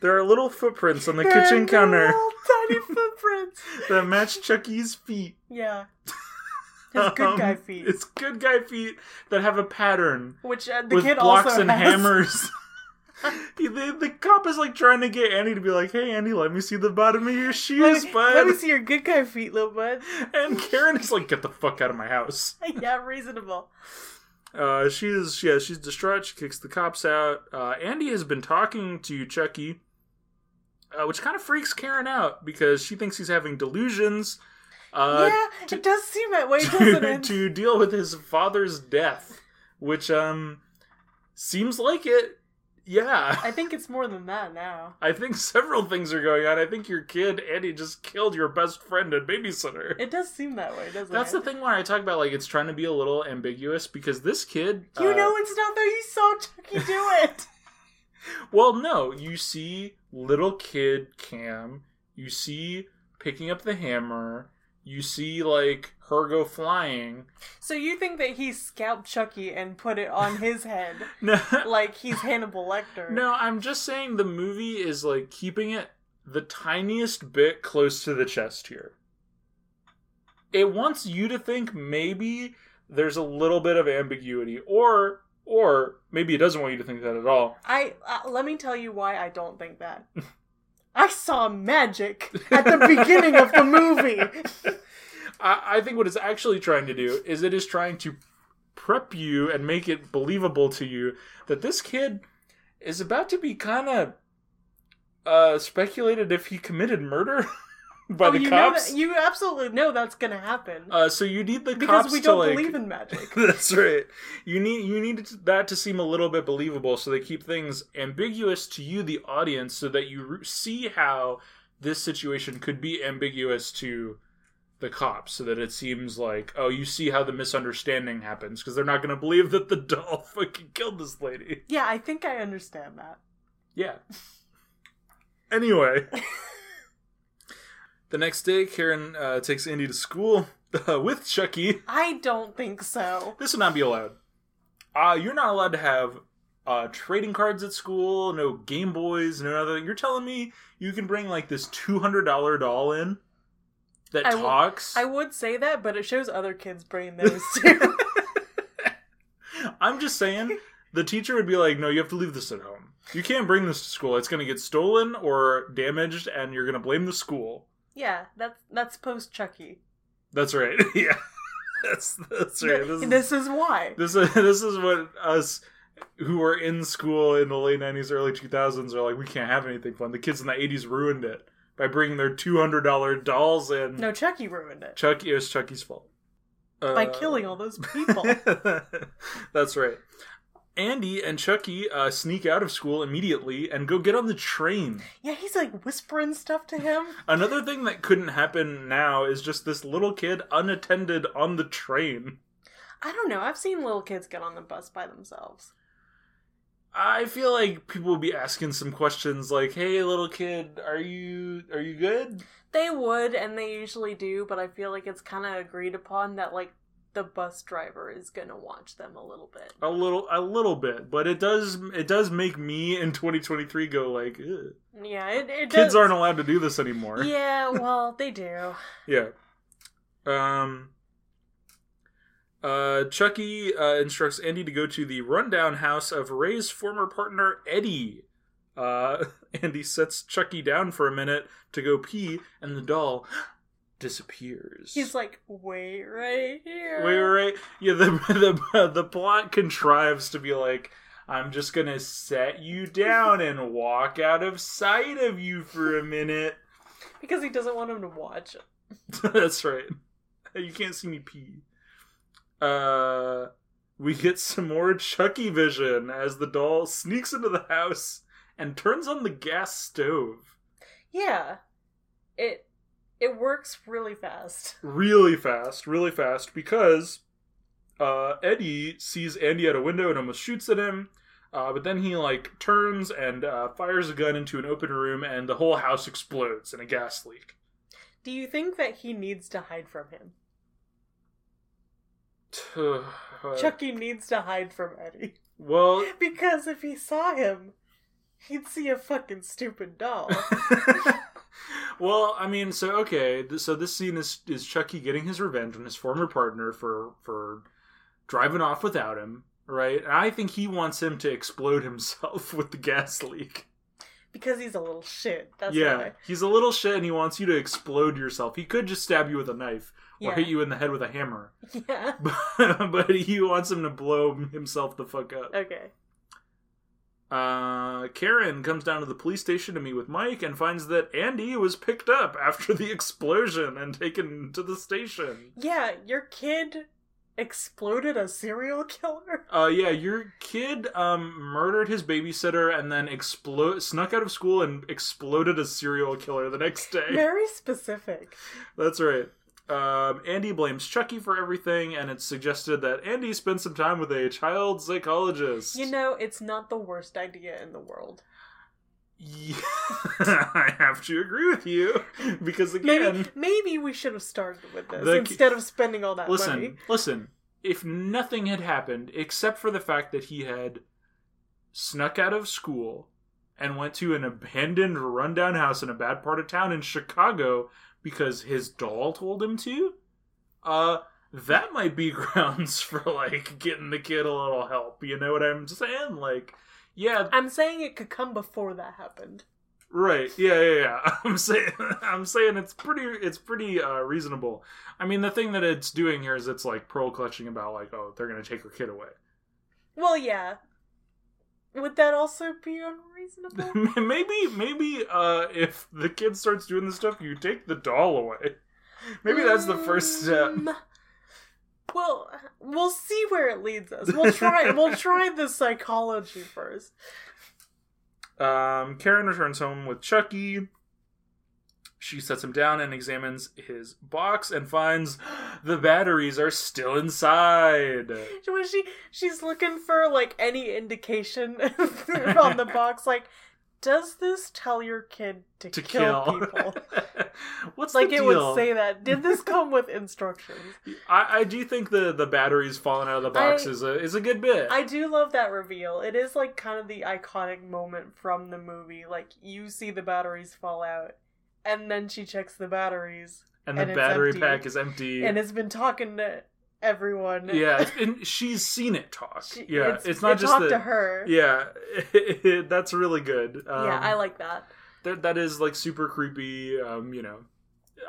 there are little footprints on the
There are
kitchen counter
little Tiny footprints.
that match Chucky's feet.
Yeah. His good guy
Um,
feet.
It's good guy feet that have a pattern
Which uh, the
with
kid
blocks
also
and
has.
hammers. He- the, the cop is like trying to get Andy to be like, "Hey, Andy, let me see the bottom of your
Let
shoes,
me,
bud."
let me see your good guy feet, little bud.
And Karen is like, "Get the fuck out of my house."
yeah, reasonable.
Uh, she is, yeah, she's distraught. She kicks the cops out. Uh, Andy has been talking to Chucky, uh, which kind of freaks Karen out because she thinks he's having delusions uh,
yeah, it does seem that way, doesn't
to,
it?
to deal with his father's death, which um seems like it. Yeah,
I think it's more than that now.
I think several things are going on. I think your kid Andy just killed your best friend and babysitter.
It does seem that way, doesn't
That's
it?
the thing where I talk about like it's trying to be a little ambiguous because this kid,
You
uh,
know it's not though. You saw Chucky do it.
Well, no, you see little kid Cam, you see picking up the hammer, you see like her go flying.
so you think that he scalped Chucky and put it on his head,
No,
like he's Hannibal Lecter?
no, I'm just saying the movie is like keeping it the tiniest bit close to the chest here. It wants you to think maybe there's a little bit of ambiguity or or maybe it doesn't want you to think that at all.
I uh, let me tell you why I don't think that. I saw magic at the beginning of the movie.
I, I think what it's actually trying to do is it is trying to prep you and make it believable to you that this kid is about to be kind of uh, speculated if he committed murder by
Oh,
the
you
cops.
know that, you absolutely know that's gonna happen
uh, so you need the
because
cops
we don't
to like.
believe in magic.
That's right. You need you need that to seem a little bit believable, so they keep things ambiguous to you, the audience, so that you re- see how this situation could be ambiguous to the cops, so that it seems like oh, you see how the misunderstanding happens because they're not going to believe that the doll fucking killed this lady.
Yeah, I think I understand that.
Yeah. Anyway, the next day, Karen uh, takes Andy to school uh, with Chucky.
I don't think so.
This would not be allowed. Uh, you're not allowed to have uh, trading cards at school, no Game Boys, no other. You're telling me you can bring like this $200 doll in that
I w-
talks?
I would say that, but it shows other kids bringing those too.
I'm just saying, the teacher would be like, no, you have to leave this at home. You can't bring this to school. It's going to get stolen or damaged, and you're going to blame the school.
Yeah, that's that's post Chucky.
That's right. yeah, that's that's right. This is
This is why.
this is, this is what us who were in school in the late '90s, early 2000s are like. We can't have anything fun. The kids in the '80s ruined it by bringing their two hundred dollar dolls in.
No, Chucky ruined it
Chucky it was Chucky's fault
by
Uh,
killing all those people.
That's right. Andy and Chucky uh, sneak out of school immediately and go get on the train.
yeah, he's like whispering stuff to him.
Another thing that couldn't happen now is just this little kid unattended on the train.
I don't know. I've seen little kids get on the bus by themselves.
I feel like people would be asking some questions like, "Hey, little kid, are you are you good?"
They would, and they usually do, but I feel like it's kind of agreed upon that like the bus driver is gonna watch them a little bit.
A little a little bit, but it does it does make me in 2023 go like, "Ugh,
Yeah, it, it does.
"Kids aren't allowed to do this anymore."
Yeah, well, they do.
Yeah. Um. Uh, Chucky uh, instructs Andy to go to the rundown house of Ray's former partner Eddie. Uh, Andy sets Chucky down for a minute to go pee, and the doll disappears.
He's like, wait right here.
Wait, wait, wait. Yeah, the the the plot contrives to be like, I'm just gonna set you down and walk out of sight of you for a minute.
Because he doesn't want him to watch.
That's right. You can't see me pee. Uh, we get some more Chucky vision as the doll sneaks into the house and turns on the gas stove
Yeah, it it works really fast.
really fast, really fast because uh, Eddie sees Andy at a window and almost shoots at him. Uh, but then he like turns and uh, fires a gun into an open room, and the whole house explodes in a gas leak.
Do you think that he needs to hide from him?
Uh,
Chucky needs to hide from Eddie
Well,
because if he saw him, he'd see a fucking stupid doll.
well, I mean, so okay, th- so this scene is is Chucky getting his revenge on his former partner for for driving off without him, right? And I think he wants him to explode himself with the gas leak.
because he's a little shit. That's
yeah,
why.
he's a little shit, and he wants you to explode yourself. He could just stab you with a knife or
Yeah.
hit you in the head with a hammer,
Yeah.
but he wants him to blow himself the fuck up.
Okay.
Uh, Karen comes down to the police station to meet with Mike and finds that Andy was picked up after the explosion and taken to the station.
Yeah, your kid exploded a serial killer.
Uh, yeah, your kid um murdered his babysitter and then explo- snuck out of school and exploded a serial killer the next day.
Very specific.
That's right. Um, Andy blames Chucky for everything, and it's suggested that Andy spend some time with a child psychologist.
You know, it's not the worst idea in the world.
Yeah, I have to agree with you because again,
Maybe maybe we should have started with this
The-
instead of spending all that
listen,
money.
listen. If nothing had happened except for the fact that he had snuck out of school and went to an abandoned, rundown house in a bad part of town in Chicago because his doll told him to, uh, that might be grounds for like getting the kid a little help. You know what I'm saying? Like, yeah,
I'm saying it could come before that happened.
Right. Yeah, yeah, yeah. I'm saying I'm saying it's pretty it's pretty uh reasonable. I mean, the thing that it's doing here is it's like pearl clutching about like, oh, they're going to take her kid away.
Well, yeah. Would that also be unreasonable?
maybe maybe uh if the kid starts doing this stuff, you take the doll away. Maybe that's the first step.
Um, Well, we'll see where it leads us. We'll try. we'll try the psychology first. Mm.
Um Karen returns home with Chucky. She sets him down and examines his box and finds the batteries are still inside.
When she she's looking for like any indication on the box, like does this tell your kid to,
to
kill,
kill,
people?
What's
like
the
it
deal?
would say that. Did this come with instructions?
I, I do think the the batteries falling out of the box
I-
is a is a good bit.
I do love that reveal. It is like kind of the iconic moment from the movie. Like you see the batteries fall out, and then she checks the batteries,
and the
and it's
battery
empty.
pack is empty.
and has been talking to everyone.
Yeah, it's- and she's seen it talk.
She-
yeah, it's, not
it
just
talked
that.
to her.
Yeah, that's really good. Um,
yeah, I like that.
that. That is like super creepy. Um, you know,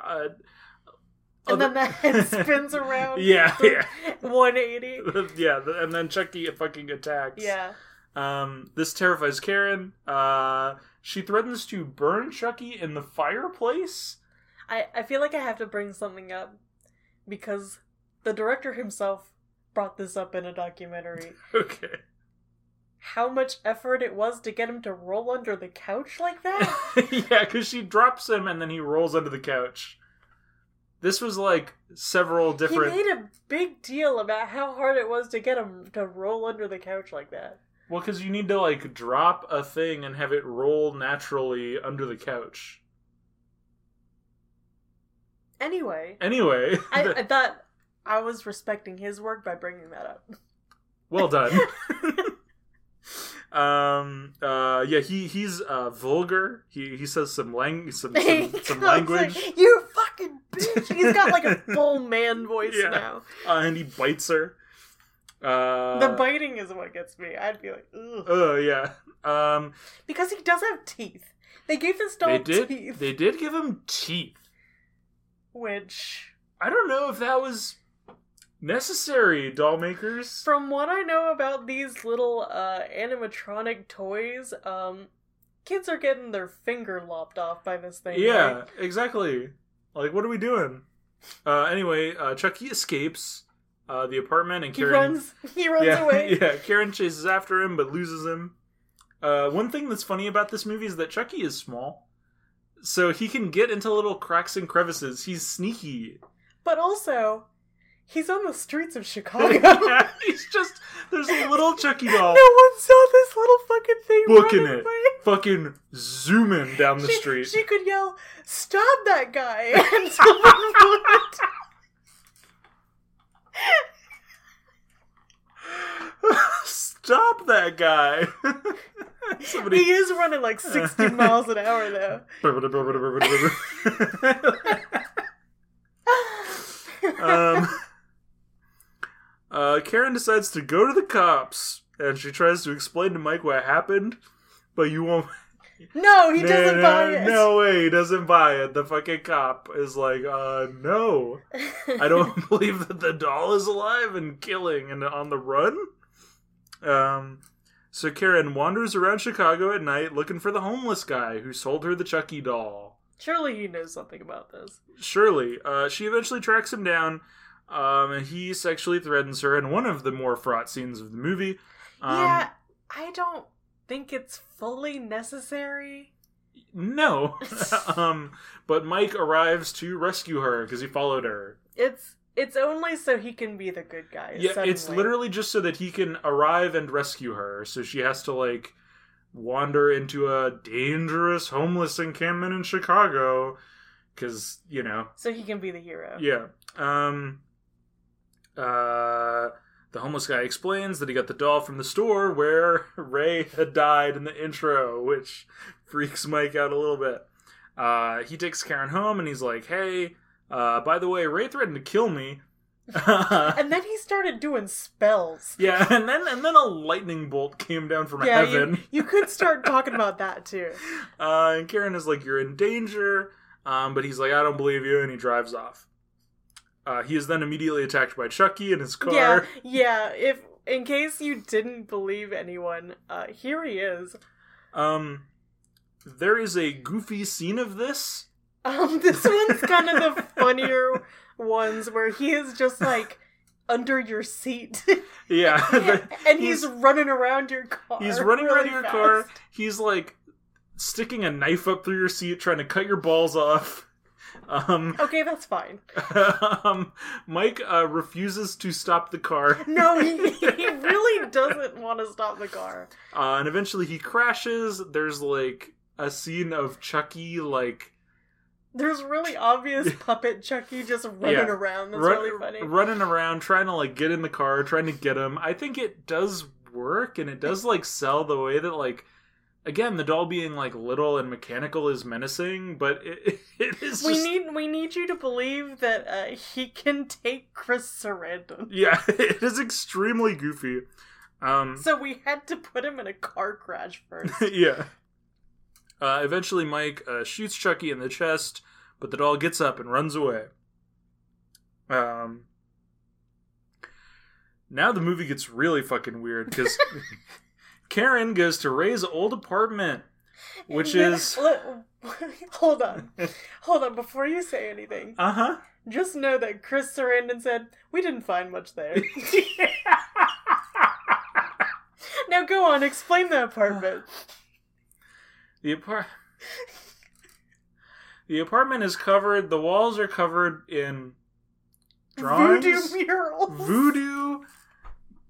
uh,
And
other-
then the head spins around.
oh, yeah, yeah,
180.
yeah. th- And then Chucky fucking attacks.
Yeah.
Um, this terrifies Karen. Uh, she threatens to burn Chucky in the fireplace.
I, I feel like I have to bring something up because the director himself brought this up in a documentary.
Okay.
How much effort it was to get him to roll under the couch like that?
yeah, because she drops him and then he rolls under the couch. This was like several different.
He made a big deal about how hard it was to get him to roll under the couch like that.
Well, because you need to like drop a thing and have it roll naturally under the couch.
Anyway,
Anyway,
I,
the-
I thought I was respecting his work by bringing that up.
well done. um. Uh. Yeah. He he's uh vulgar. He he says some lang some
He
some,
goes
some
like,
language.
you fucking bitch. He's got like a full man voice
Yeah.
now.
Uh, and he bites her. Uh.
The biting is what gets me. I'd be like, ugh.
Oh yeah. Um.
Because he does have teeth. They gave this dog
they did.
teeth,
They did give him teeth.
which,
I don't know if that was necessary, doll makers.
from what I know about these little uh, animatronic toys, um, kids are getting their finger lopped off by this thing.
Yeah,
right?
exactly. Like, what are we doing? Uh, anyway, uh, Chucky escapes uh, the apartment, and
he
Karen
runs. He runs
yeah,
away.
Yeah, Karen chases after him but loses him. Uh, one thing that's funny about this movie is that Chucky is small, so he can get into little cracks and crevices. He's sneaky.
But also, he's on the streets of Chicago.
Yeah, he's just there's a little Chucky
Oh. no
doll
one saw this little fucking thing.
Booking
running
it.
away.
fucking zooming down the
she,
street.
She could yell, "Stop that guy!" and someone would.
Stop that guy. Somebody
He is running like 60 miles an hour though.
um, uh, Karen decides to go to the cops, and she tries to explain to Mike what happened, but you won't.
no, he doesn't
no,
buy it.
No way, he doesn't buy it. The fucking cop is like, uh, no, I don't believe that the doll is alive and killing and on the run. Um, so Karen wanders around Chicago at night looking for the homeless guy who sold her the Chucky doll.
Surely he knows something about this.
Surely. Uh, she eventually tracks him down, um, and he sexually threatens her in one of the more fraught scenes of the movie. Um,
yeah, I don't think it's fully necessary.
No. um, but Mike arrives to rescue her because he followed her.
It's it's only so he can be the good guy.
Yeah, it's
suddenly.
literally just so that he can arrive and rescue her. So she has to, like, wander into a dangerous homeless encampment in Chicago because, you know,
so he can be the hero.
Yeah. Um. Uh. The homeless guy explains that he got the doll from the store where Ray had died in the intro, which freaks Mike out a little bit. Uh, he takes Karen home and he's like, "Hey, uh, by the way, Ray threatened to kill me." Uh,
And then he started doing spells.
yeah, and then and then a lightning bolt came down from
yeah, you,
heaven.
you could start talking about that too.
Uh, and Karen is like, "You're in danger," um, but he's like, "I don't believe you," and he drives off. Uh, he is then immediately attacked by Chucky in his car.
Yeah, yeah. If in case you didn't believe anyone, uh, here he is.
Um, there is a goofy scene of this.
Um, this one's kind of the funnier ones where he is just like under your seat
Yeah, the-
and he's,
He's-
running around your car.
he's running
really
around your
fast.
car. He's like sticking a knife up through your seat, trying to cut your balls off. Um,
Okay, that's fine.
um, Mike uh, refuses to stop the car, uh,
No, he, he really doesn't want to stop the car.
Uh, and eventually he crashes. There's like a scene of Chucky like
There's really obvious puppet Chucky just running
Yeah.
around. That's
run-
really funny.
running around trying to like get in the car trying to get him i think it does work and it does like sell the way that like again, the doll being like little and mechanical is menacing, but it, it is
we
just-
need we need you to believe that uh, he can take Chris Sarandon.
yeah, it is extremely goofy. Um,
So we had to put him in a car crash first.
yeah. Uh, eventually, Mike uh, shoots Chucky in the chest, but the doll gets up and runs away. Um. Now the movie gets really fucking weird because Karen goes to Ray's old apartment, which
Yeah,
is
let- hold on, hold on. Before you say anything,
uh huh.
just know that Chris Sarandon said we didn't find much there. now go on, explain the apartment.
The apart The apartment is covered. The walls are covered in drawings,
Voodoo murals.
voodoo,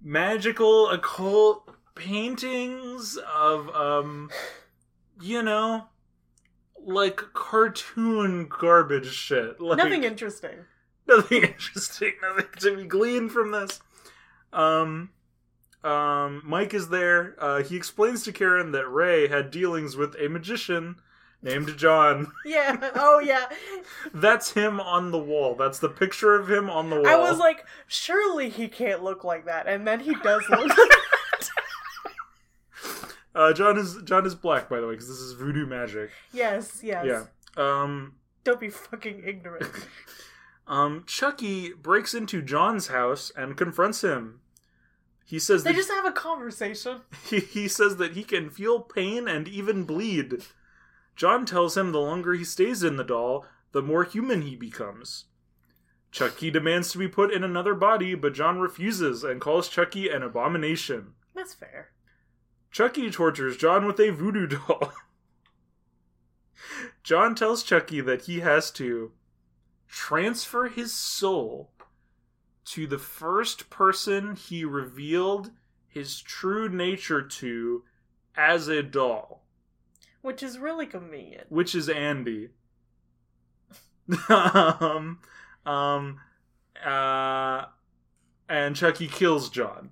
magical, occult paintings of, um, you know, like cartoon garbage shit. Like,
Nothing interesting.
nothing interesting, nothing to be gleaned from this. Um, um, Mike is there. Uh, he explains to Karen that Ray had dealings with a magician named John.
Yeah. Oh yeah.
That's him on the wall. That's the picture of him on the wall.
I was like, surely he can't look like that, and then he does look. like
uh, John is John is black, by the way, because this is voodoo magic.
Yes. Yes.
Yeah. Um,
Don't be fucking ignorant.
um, Chucky breaks into John's house and confronts him. He says
They
that
just have a conversation.
he, he says that he can feel pain and even bleed. John tells him the longer he stays in the doll, the more human he becomes. Chucky demands to be put in another body, but John refuses and calls Chucky an abomination.
That's fair.
Chucky tortures John with a voodoo doll. John tells Chucky that he has to transfer his soul to the first person he revealed his true nature to as a doll,
Which is really convenient.
which is Andy. um, um, uh, and Chucky kills John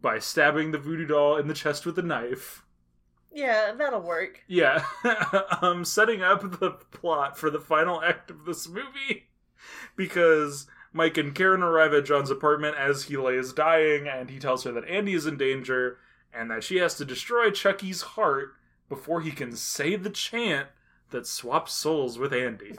by stabbing the voodoo doll in the chest with a knife.
Yeah, that'll work.
Yeah, um, setting up the plot for the final act of this movie because Mike and Karen arrive at John's apartment as he lays dying, and he tells her that Andy is in danger and that she has to destroy Chucky's heart before he can say the chant that swaps souls with Andy.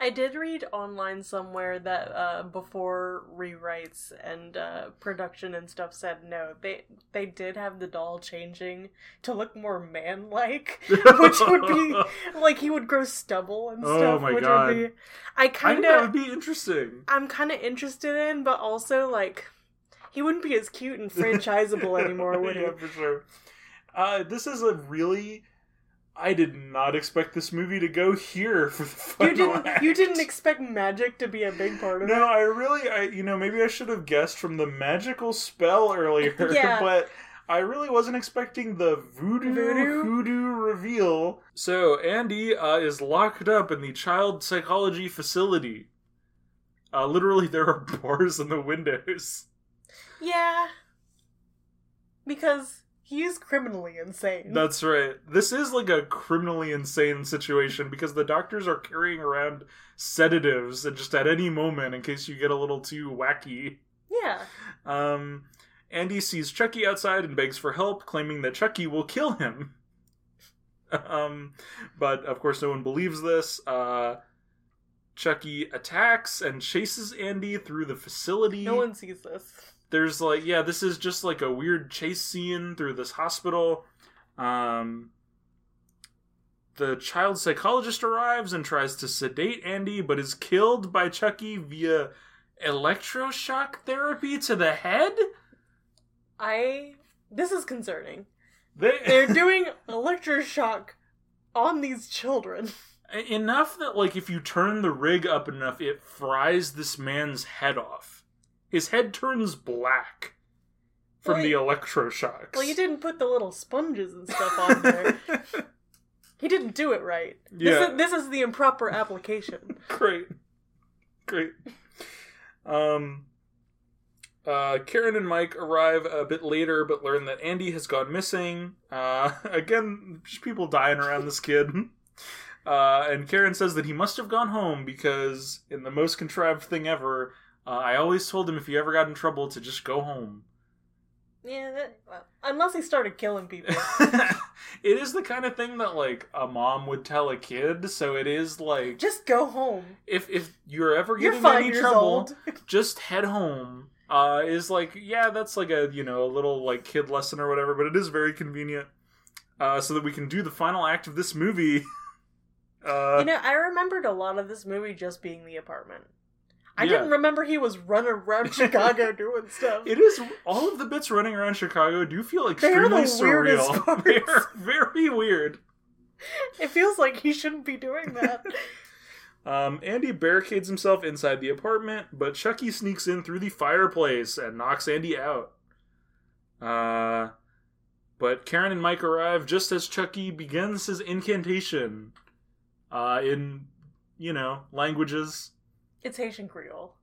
I did read online somewhere that uh, before rewrites and uh, production and stuff said no, they they did have the doll changing to look more man like, which would be like he would grow stubble and
Oh
stuff.
my
which
God.
Would be,
I
I
think
kind
that would
of
be interesting.
I'm kind of interested in, but also like he wouldn't be as cute and franchisable anymore, would he?
yeah, for sure. Uh, this is a really. I did not expect this movie to go here for the final
You didn't.
act.
You didn't expect magic to be a big part of
No, I really, I you know, maybe I should have guessed from the magical spell earlier,
Yeah.
but I really wasn't expecting the voodoo
Voodoo?
hoodoo reveal. So Andy uh, is locked up in the child psychology facility. Uh, literally, there are bars in the windows.
it. Yeah, because he is criminally insane.
That's right. This is like a criminally insane situation because the doctors are carrying around sedatives and just at any moment, in case you get a little too wacky.
yeah,
Um, Andy sees Chucky outside and begs for help, claiming that Chucky will kill him. um, but of course, no one believes this. Uh, Chucky attacks and chases Andy through the facility.
no one sees this.
There's like, yeah, this is just like a weird chase scene through this hospital. Um, the child psychologist arrives and tries to sedate Andy, but is killed by Chucky via electroshock therapy to the head.
I. This is concerning.
They,
They're doing electroshock on these children.
enough that like if you turn the rig up enough, it fries this man's head off. His head turns black from
Well,
the
you-
electroshocks.
Well, you didn't put the little sponges and stuff on there. he didn't do it right.
Yeah.
This, is, this is the improper application.
Great, great. Um, Uh, Karen and Mike arrive a bit later, but learn that Andy has gone missing. Uh, again, just people dying around this kid. Uh, and Karen says that he must have gone home because, in the most contrived thing ever, uh, I always told him if he ever got in trouble to just go home.
Yeah, that, well, unless he started killing people.
it is the kind of thing that like a mom would tell a kid, so it is like
Just go home.
if if you're ever
You're
getting in
five
any
years
trouble, Uh,
old.
just head home. Uh, is like yeah, that's like a you know a little like kid lesson or whatever, but it is very convenient. Uh, so that we can do the final act of this movie. uh,
you know, I remembered a lot of this movie just being the apartment. I
Yeah.
didn't remember he was running around Chicago doing stuff.
It is all of the bits running around Chicago do feel
They're the
extremely
weirdest
surreal.
parts.
They're very weird.
It feels like he shouldn't be doing that.
Um, Andy barricades himself inside the apartment, but Chucky sneaks in through the fireplace and knocks Andy out. Uh, but Karen and Mike arrive just as Chucky begins his incantation. Uh, in you know languages,
it's Haitian Creole.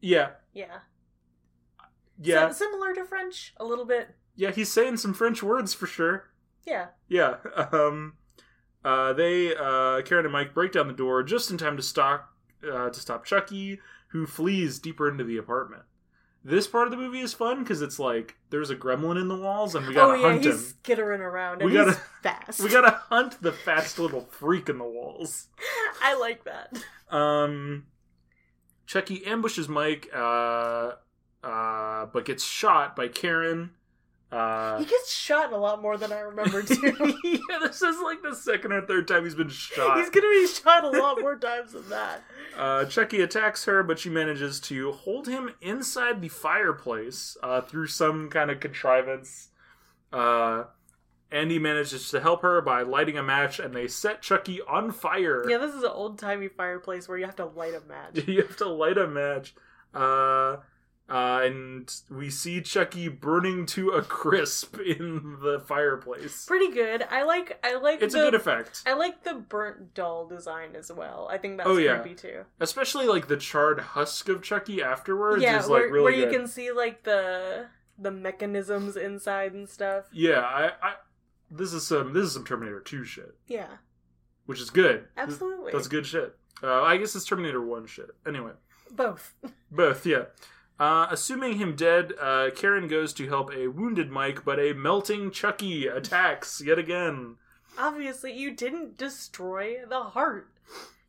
yeah,
Yeah.
yeah,
Sim- similar to French, a little bit.
yeah. He's saying some French words for sure.
Yeah.
Yeah. Um, uh, they uh, Karen and Mike break down the door just in time to stop uh, to stop Chucky, who flees deeper into the apartment. This part of the movie is fun because it's like there's a gremlin in the walls and we gotta
oh yeah,
hunt
he's
him.
skittering around and
We gotta-
he's fast.
We gotta hunt the fast little freak in the walls.
I like that.
Um, Chucky ambushes Mike, uh, uh, but gets shot by Karen. Uh,
He gets shot a lot more than I remember too.
yeah, this is like the second or third time he's been shot.
He's gonna be shot a lot more times than that.
Uh, Chucky attacks her, but she manages to hold him inside the fireplace uh, through some kind of contrivance. Uh, Andy manages to help her by lighting a match, and they set Chucky on fire.
Yeah, this is an old timey fireplace where you have to light a match.
you have to light a match. Uh, uh, and we see Chucky burning to a crisp in the fireplace.
Pretty good. I like I like
It's a
the
good effect,
I like the burnt doll design as well. I think that's
Oh, yeah.
creepy too.
especially like the charred husk of Chucky afterwards
yeah,
is like
where,
really
where
good.
you can see like the the mechanisms inside and stuff.
Yeah, I, I this is some this is some Terminator two shit,
Yeah,
which is good. This-
absolutely.
that's good shit. Uh, I guess it's Terminator one shit. Anyway,
Both.
both yeah. Uh, assuming him dead, uh, Karen goes to help a wounded Mike, but a melting Chucky attacks yet again.
Obviously, you didn't destroy the heart.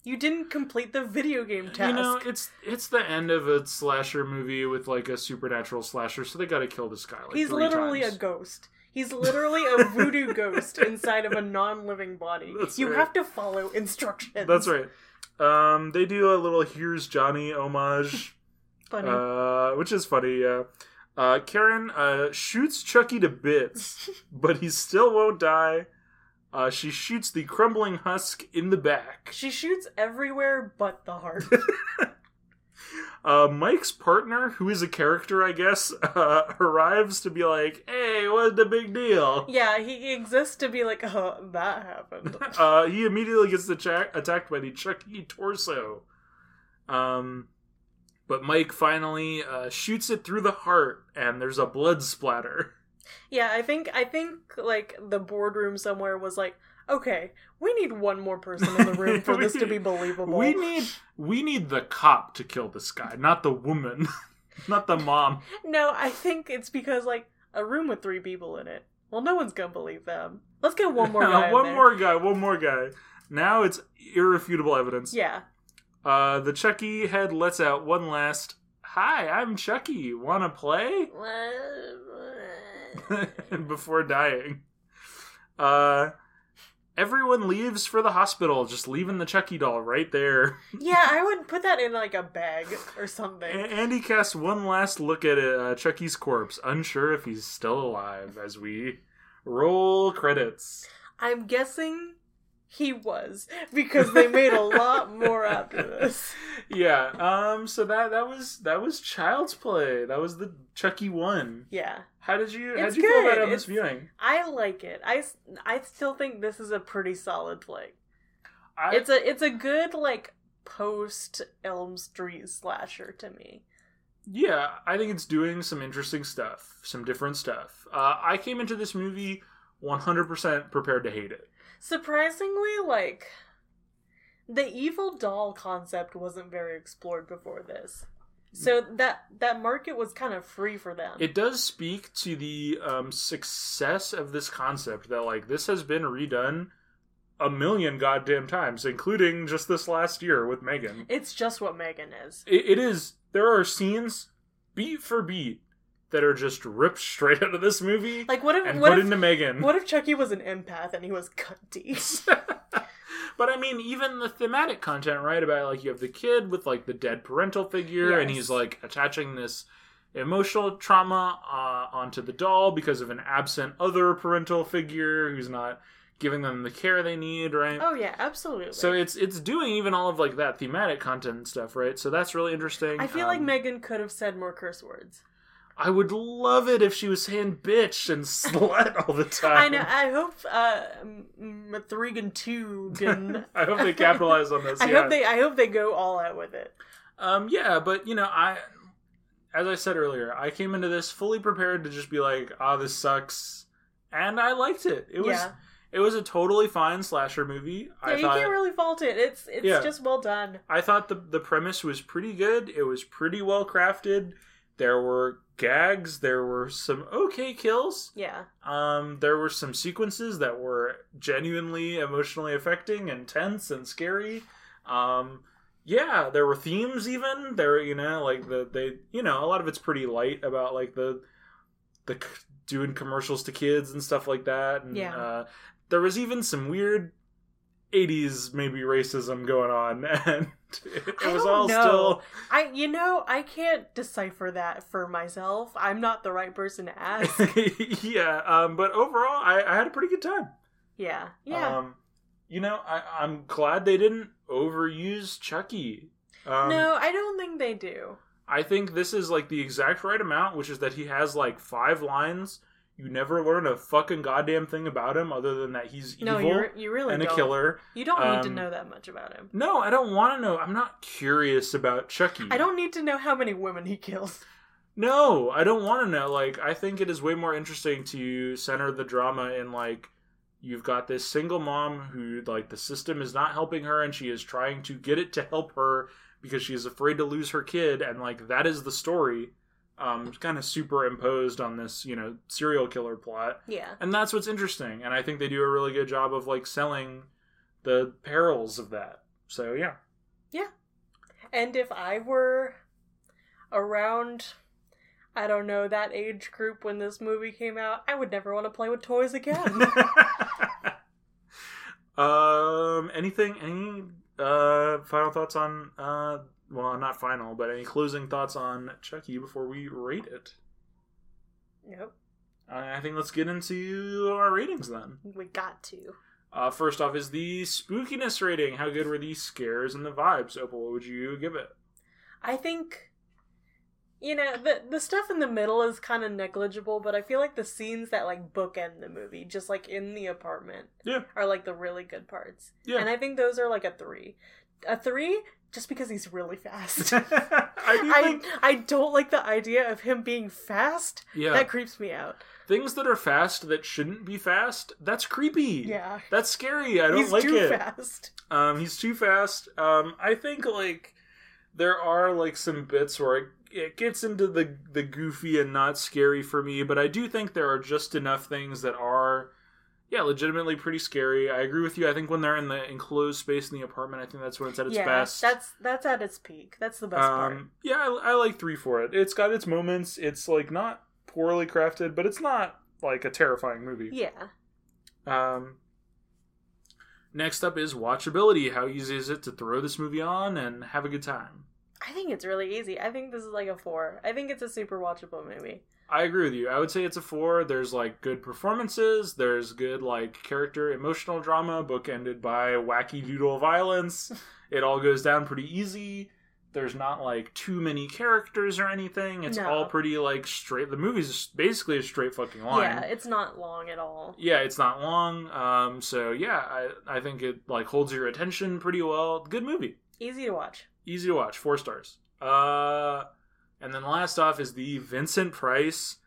You didn't complete the video game task.
You know, it's it's the end of a slasher movie with like a supernatural slasher, so they got to kill this guy. Like
He's
three
literally
times.
a ghost. He's literally a voodoo ghost inside of a non-living body.
That's
you
right.
have to follow instructions.
That's right. Um, they do a little "Here's Johnny" homage.
Funny.
Uh, which is funny. Yeah. Uh, Karen uh, shoots Chucky to bits, but he still won't die. Uh, she shoots the crumbling husk in the back.
she shoots everywhere but the heart.
Uh, Mike's partner, who is a character, I guess, uh, arrives to be like, "Hey, what's the big deal?"
yeah, he exists to be like, oh, that happened.
Uh, he immediately gets atta- attacked by the Chucky torso. Um, but Mike finally uh, shoots it through the heart, and there's a blood splatter.
Yeah, I think I think like the boardroom somewhere was like, okay, we need one more person in the room for
We-
this to be believable.
We need we need the cop to kill this guy, not the woman, not the mom.
No, I think it's because like a room with three people in it. Well, no one's gonna believe them. Let's get one more guy. in
one
there.
more guy, one more guy. Now it's irrefutable evidence.
Yeah.
Uh, the Chucky head lets out one last "Hi, I'm Chucky. Wanna play?" before dying. Uh, everyone leaves for the hospital, just leaving the Chucky doll right there.
yeah, I would put that in like a bag or something.
A- Andy casts one last look at uh, Chucky's corpse, unsure if he's still alive, as we roll credits.
I'm guessing he was because they made a lot more after this.
Yeah. Um. So that that was that was Child's Play. That was the Chucky one.
Yeah.
How did you how
It's
did you feel
good.
about it on this
It's-
viewing?
I like it. I, s- I still think this is a pretty solid flick.
I,
It's a it's a good like post Elm Street slasher to me.
yeah, I think it's doing some interesting stuff, some different stuff. Uh, I came into this movie 100% prepared to hate it.
Surprisingly, like the evil doll concept wasn't very explored before this. So that that market was kind of free for them.
Mm. It does speak to the um, success of this concept that, like, this has been redone a million goddamn times, including just this last year with Megan.
it's just what Megan is.
It, it is, there are scenes beat for beat that are just ripped straight out of this movie
Like what if
and
what
put
if
into Megan.
what if Chucky was an empath and he was cunty?
but I mean, even the thematic content, right? About like you have the kid with like the dead parental figure, and
Yes.
he's like attaching this emotional trauma uh, onto the doll because of an absent other parental figure who's not giving them the care they need, right?
oh yeah, absolutely.
So it's it's doing even all of like that thematic content and stuff, right? So that's really interesting.
I feel like
Um,
Megan could have said more curse words.
I would love it if she was saying bitch and slut all the time.
I know. I hope uh, Mathrigan two didn't.
I hope they capitalize on this.
I
yeah.
hope they. I hope they go all out with it.
Um, yeah, but you know, I, as I said earlier, I came into this fully prepared to just be like, ah, this sucks, and I liked it. It was
yeah,
it was a totally fine slasher movie.
yeah.
I
You
thought
can't really fault it. It's it's
Yeah.
just well done.
I thought the the premise was pretty good. It was pretty well crafted. There were gags. There were some okay kills.
Yeah,
Um, there were some sequences that were genuinely emotionally affecting and tense and scary. Um, yeah, there were themes even there. You know, like the they, you know, a lot of it's pretty light about like the the c- doing commercials to kids and stuff like that. And
Yeah.
uh, there was even some weird. 80s maybe racism going on and it, it
I
was
don't
all
know.
still
I you know I can't decipher that for myself. I'm not the right person to ask.
yeah um but overall I, I had a pretty good time
yeah, yeah.
Um, you know, I, I'm glad they didn't overuse Chucky. Um,
no, I don't think they do.
I think this is like the exact right amount, which is that he has like five lines. You never learn a fucking goddamn thing about him other than that he's evil
No, you you really
and a
don't.
killer.
You don't need to
Um,
know that much about him.
No, I don't want to know. I'm not curious about Chucky.
I don't need to know how many women he kills.
No, I don't want to know. Like, I think it is way more interesting to center the drama in like you've got this single mom who like the system is not helping her, and she is trying to get it to help her because she is afraid to lose her kid, and like that is the story, um, kind of superimposed on this you know serial killer plot,
Yeah,
and that's what's interesting. And I think they do a really good job of like selling the perils of that. So yeah,
And if I were around, I don't know, that age group when this movie came out, I would never want to play with toys again.
um anything any uh final thoughts on uh well not final but any closing thoughts on chucky before we rate it
nope,
i I think let's get into our ratings then
we got to.
uh first off is the spookiness rating how good were the scares and the vibes opal what would you give it
I think, you know, the the stuff in the middle is kind of negligible, but I feel like the scenes that like bookend the movie, just like in the apartment,
Yeah.
are like the really good parts.
Yeah.
and I think those are like a three, a three, just because he's really fast.
i do
I
think
I don't like the idea of him being fast.
yeah
That creeps me out.
things that are fast that shouldn't be fast that's creepy
Yeah.
that's scary i don't
He's
like
too
it
fast.
Um, he's too fast. Um, I think like there are like some bits where it, it gets into the the goofy and not scary for me, but I do think there are just enough things that are yeah, legitimately pretty scary. I agree with you. I think when they're in the enclosed space in the apartment, I think that's when it's at its
yeah,
best.
that's that's at its peak. That's the best part.
um, yeah, I, I like three for it. It's got its moments. It's like not poorly crafted, but it's not like a terrifying movie.
Yeah,
Um, next up is watchability. How easy is it to throw this movie on and have a good time?
I think it's really easy. I think this is like a four. I think it's a super watchable movie.
I agree with you. I would say it's a four. There's like good performances. There's good like character emotional drama, bookended by wacky doodle violence. It all goes down pretty easy. There's not like too many characters or anything. It's
No.
all pretty like straight. The movie's basically a straight fucking line.
Yeah, it's not long at all.
yeah it's not long um so yeah i i think it like holds your attention pretty well good movie
Easy to watch.
easy to watch four stars uh And then last off is the Vincent Price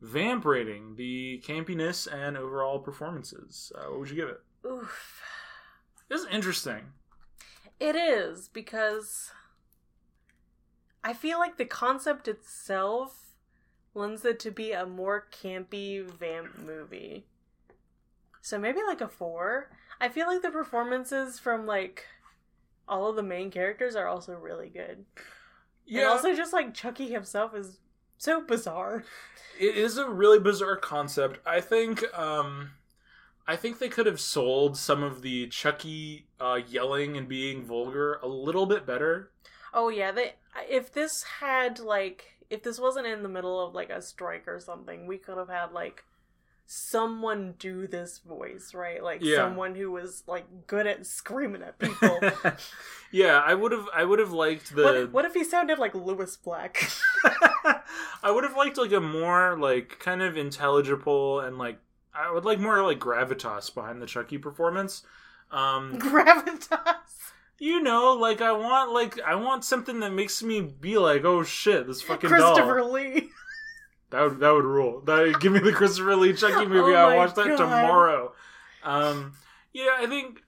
vamp rating, the campiness and overall performances. Uh, what would you give it?
Oof.
This is interesting.
It is because I feel like the concept itself lends it to be a more campy vamp movie. So maybe like a four. I feel like the performances from like all of the main characters are also really good. And also just like Chucky himself is so bizarre.
it is a really bizarre concept. I think um I think they could have sold some of the Chucky uh, yelling and being vulgar a little bit better.
Oh yeah, they if this had like if this wasn't in the middle of like a strike or something, we could have had like someone do this voice, right? Like
Yeah.
someone who was like good at screaming at people.
yeah, I would have I would have liked the
what, if- what if he sounded like Lewis Black?
I would have liked like a more like kind of intelligible and like I would like more like gravitas behind the Chucky performance. Um
Gravitas.
you know, like I want like I want something that makes me be like, "Oh shit, this fucking
Christopher
doll."
Lee.
That would that would rule. That would give me the Christopher Lee Chucky movie.
Oh
I
my
watch that
God.
tomorrow. Um, yeah, I think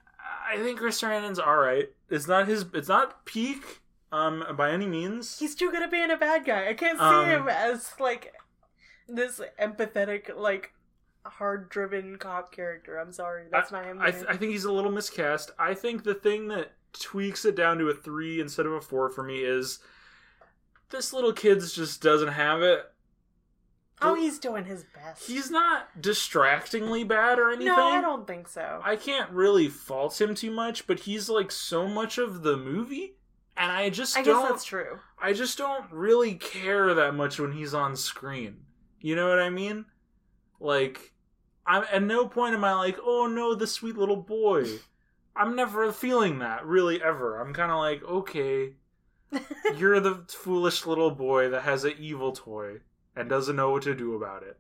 I think Chris Sarandon's all right. It's not his. It's not peak um, by any means.
He's too good at being a bad guy. I can't see
Um,
him as like this empathetic, like hard driven cop character. I'm sorry. That's not him.
I,
man.
th- I think he's a little miscast. I think the thing that tweaks it down to a three instead of a four for me is this little kid's just doesn't have it.
oh, he's doing his best.
He's not distractingly bad or anything.
No, I don't think so.
I can't really fault him too much, but he's like so much of the movie, and I just
I guess
don't.
that's true.
I just don't really care that much when he's on screen. You know what I mean? Like, I'm at no point am I like, oh no, the sweet little boy. I'm never feeling that really ever. I'm kind of like, okay, you're the foolish little boy that has an evil toy and doesn't know what to do about it.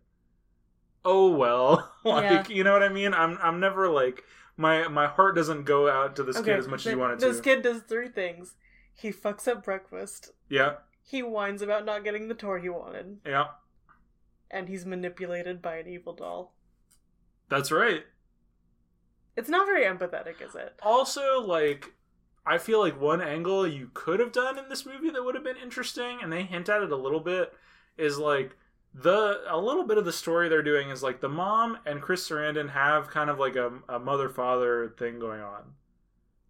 Oh well, like you know what I mean. I'm I'm never like my my heart doesn't go out to this kid as much as you
th-
want it
This
to.
kid does three things. He fucks up breakfast.
yeah,
He whines about not getting the toy he wanted,
yeah,
and he's manipulated by an evil doll.
that's right.
It's not very empathetic, is it?
also like i feel like one angle you could have done in this movie that would have been interesting and they hint at it a little bit is like the a little bit of the story they're doing is like the mom and chris sarandon have kind of like a, a mother father thing going on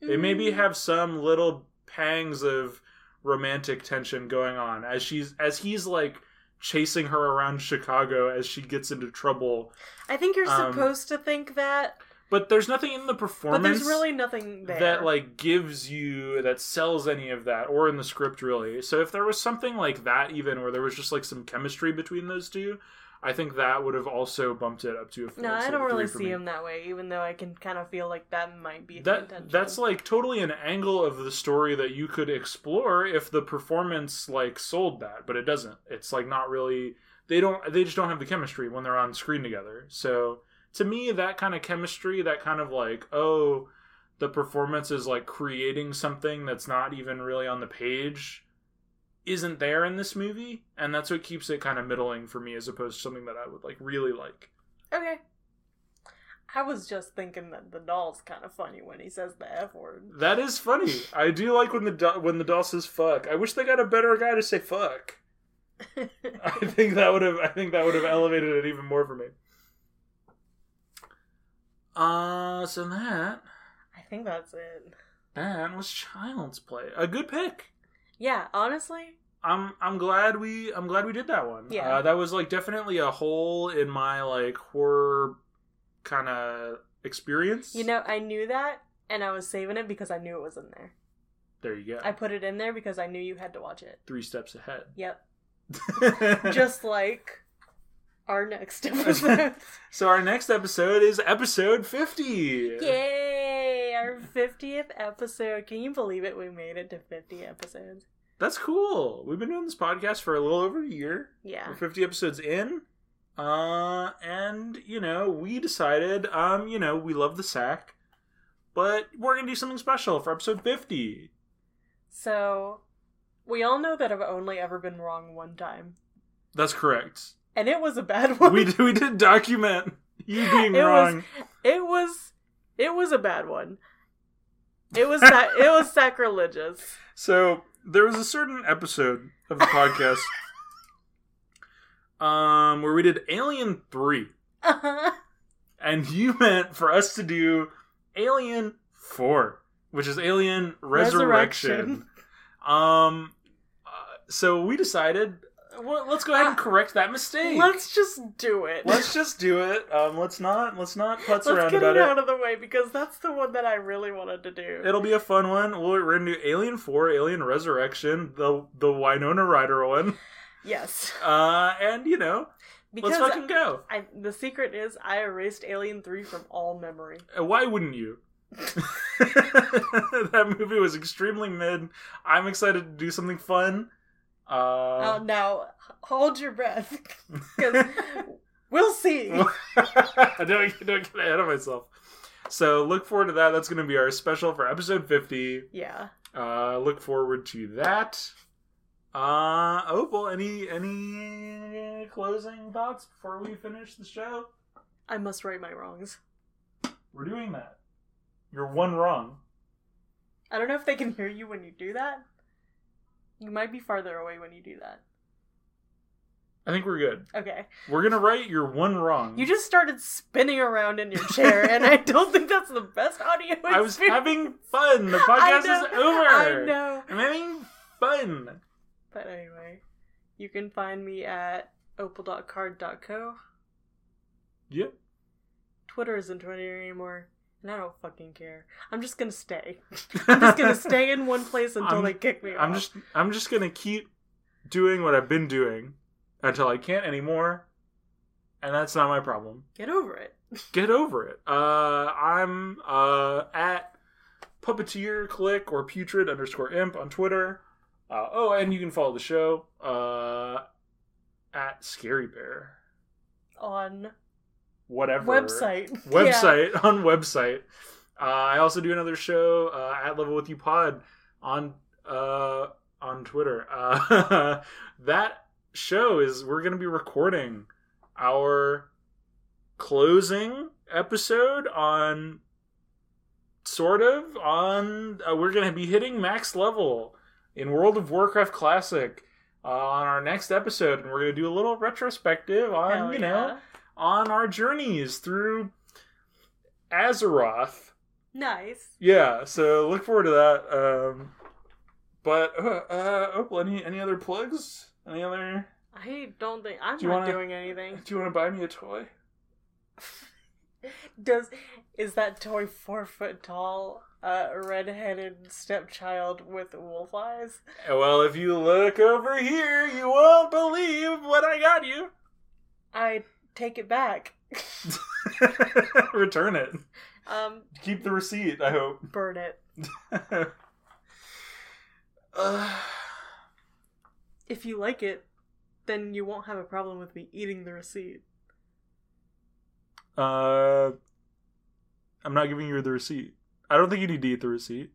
they
Mm.
maybe have some little pangs of romantic tension going on as she's as he's like chasing her around chicago as she gets into trouble
I think you're
um,
supposed to think that,
but there's nothing in the
but
performance
there's really nothing there.
that like gives you that sells any of that or in the script really so if there was something like that even where there was just like some chemistry between those two i think that would have also bumped it up to a four
no, I
instead
don't
of a
really
three for
see
me.
him that way. Even though I can kind of feel like that might be the intention.
that that's like totally an angle of the story that you could explore if the performance like sold that but it doesn't it's like not really they don't they just don't have the chemistry when they're on screen together so to me that kind of chemistry that kind of like oh the performance is like creating something that's not even really on the page isn't there in this movie and that's what keeps it kind of middling for me as opposed to something that i would like really like
okay. I was just thinking that the doll's kind of funny when he says the f word.
That is funny. I do like when the do- when the doll says "fuck." I wish they got a better guy to say "fuck." I think that would have I think that would have elevated it even more for me. Uh, so that
I think that's it.
that was Child's Play. A good pick.
Yeah, honestly,
I'm I'm glad we I'm glad we did that one.
Yeah.
uh, that was like definitely a hole in my like horror kind of experience.
you know, I knew that, and I was saving it because I knew it was in there.
there you go.
I put it in there because I knew you had to watch it.
Three steps ahead.
Yep, just like our next episode.
So our next episode is episode 50.
Yay! Our 50th episode. Can you believe it? We made it to 50 episodes.
That's cool. We've been doing this podcast for a little over a year.
Yeah.
We're 50 episodes in. Uh and you know, we decided um you know, we love the sack, but we're going to do something special for episode 50.
So We all know that I've only ever been wrong one time,
That's correct.
and it was a bad one.
we d- we did document you being
It was-
wrong.
It was it was a bad one. It was sa- it was sacrilegious.
So there was a certain episode of the podcast um where we did Alien 3 and you meant for us to do Alien 4, which is Alien Resurrection. Um uh, so we decided uh, well, let's go ahead and correct that mistake.
Ah, Let's just do it.
Let's just do it. Um, let's not let's not putz
Let's
around
get
about
it
it.
out of the way because that's the one that I really wanted to do.
It'll be a fun one. We're we're gonna do Alien Four, Alien Resurrection, the the Winona Ryder one,
yes,
uh, and you know,
because
let's fucking go.
I, the secret is I erased Alien Three from all memory.
Uh, Why wouldn't you? that movie was extremely mid. I'm excited to do something fun.
Uh,
Uh,
now hold your breath because we'll see. Oh.
don't don't get ahead of myself. So look forward to that. That's going to be our special for episode 50.
Yeah.
Uh, look forward to that. Uh, Opal, any any closing thoughts before we finish the show?
I must right my wrongs.
We're doing that. You're one wrong.
I don't know if they can hear you when you do that. You might be farther away when you do that.
I think we're good.
Okay.
We're gonna write your one wrong.
You just started spinning around in your chair, and I don't think that's the best audio.
I was
experience.
having fun. The
I
podcast
know,
is over.
I know.
I'm having fun.
But anyway, you can find me at opal.card.co.
Yep.
Twitter isn't Twitter anymore, and I don't fucking care. I'm just gonna stay. I'm just gonna stay in one place until
I'm-
they kick me off.
I'm just I'm just gonna keep doing what I've been doing until I can't anymore, and that's not my problem.
get over it.
get over it. Uh, I'm uh, at puppeteer click or putrid underscore imp on Twitter. Uh, oh, and you can follow the show uh, at Scary Bear.
On
Whatever
website.
website on website. Uh, I also do another show uh, at Level With You Pod on uh, on Twitter. Uh, that show is we're going to be recording our closing episode on sort of on uh, we're going to be hitting max level in World of Warcraft Classic. Uh, on our next episode, and we're going to do a little retrospective
Yeah.
on,
Hell
you know,
yeah.
on our journeys through Azeroth.
Nice.
Yeah, so look forward to that. Um, but uh, uh, Opal, any any other plugs? Any other?
I don't think I'm
Do you
not
wanna-
doing anything.
Do you want to buy me a toy?
Does is that toy four foot tall, uh, redheaded stepchild with wolf eyes?
Well, if you look over here, you won't believe what I got you.
I take it back.
Return it.
Um,
Keep the receipt. I hope.
burn it.
uh,
If you like it, then you won't have a problem with me eating the receipt.
uh, I'm not giving you the receipt. I don't think you need to eat the receipt.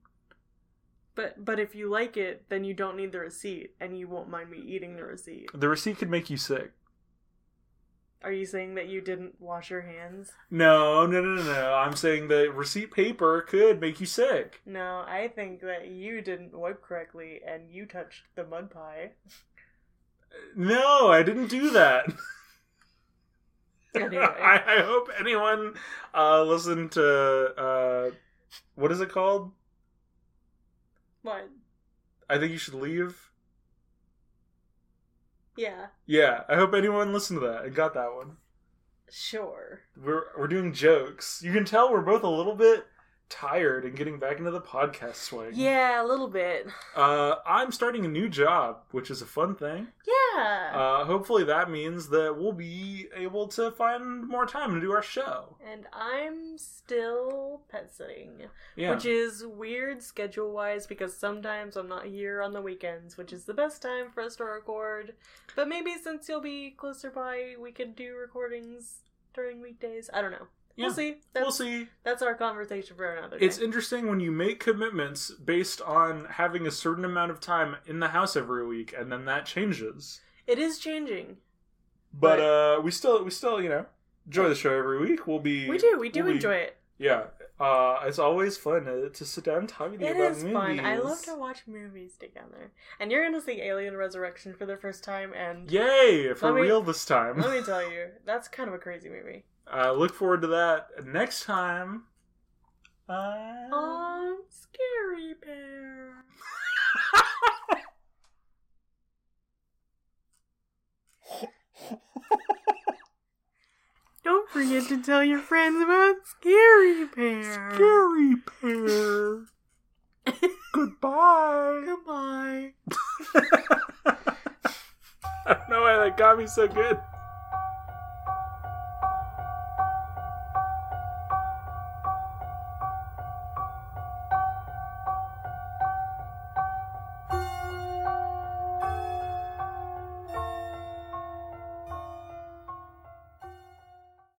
But but if you like it, then you don't need the receipt, and you won't mind me eating the receipt.
The receipt could make you sick.
Are you saying that you didn't wash your hands?
No, no, no, no, no. I'm saying the receipt paper could make you sick.
No, I think that you didn't wipe correctly, and you touched the mud pie.
No, I didn't do that.
Anyway.
I, I hope anyone uh, listened to uh, what is it called?
What?
I think you should leave.
Yeah,
Yeah, I hope anyone listened to that and got that one.
sure.
We're we're doing jokes. You can tell we're both a little bit tired and getting back into the podcast swing.
Yeah, a little bit.
Uh, I'm starting a new job, which is a fun thing.
Yeah.
Uh, hopefully that means that we'll be able to find more time to do our show.
and I'm still pet sitting,
Yeah.
which is weird schedule wise because sometimes I'm not here on the weekends, which is the best time for us to record. But maybe since you'll be closer by, we could do recordings during weekdays. I don't know.
Yeah.
We'll see. That's,
we'll see.
That's our conversation for another day.
It's interesting when you make commitments based on having a certain amount of time in the house every week, and then that changes.
it is changing.
But uh, we still, we still, you know, enjoy the show every week. We'll be,
We do. We do
we'll be-
enjoy it.
Yeah, uh, it's always fun to, to sit down and talk to you
It
about
is
movies.
fun. I love to watch movies together. And you're gonna see Alien Resurrection for the first time, and
Yay! For
Let me-
real this time.
let me tell you, that's kind of a crazy movie.
Uh, look forward to that next time. Uh...
Um, scary bear. Don't forget to tell your friends about Scary Bear.
Scary pair. Goodbye.
Goodbye.
I don't know why that got me so good.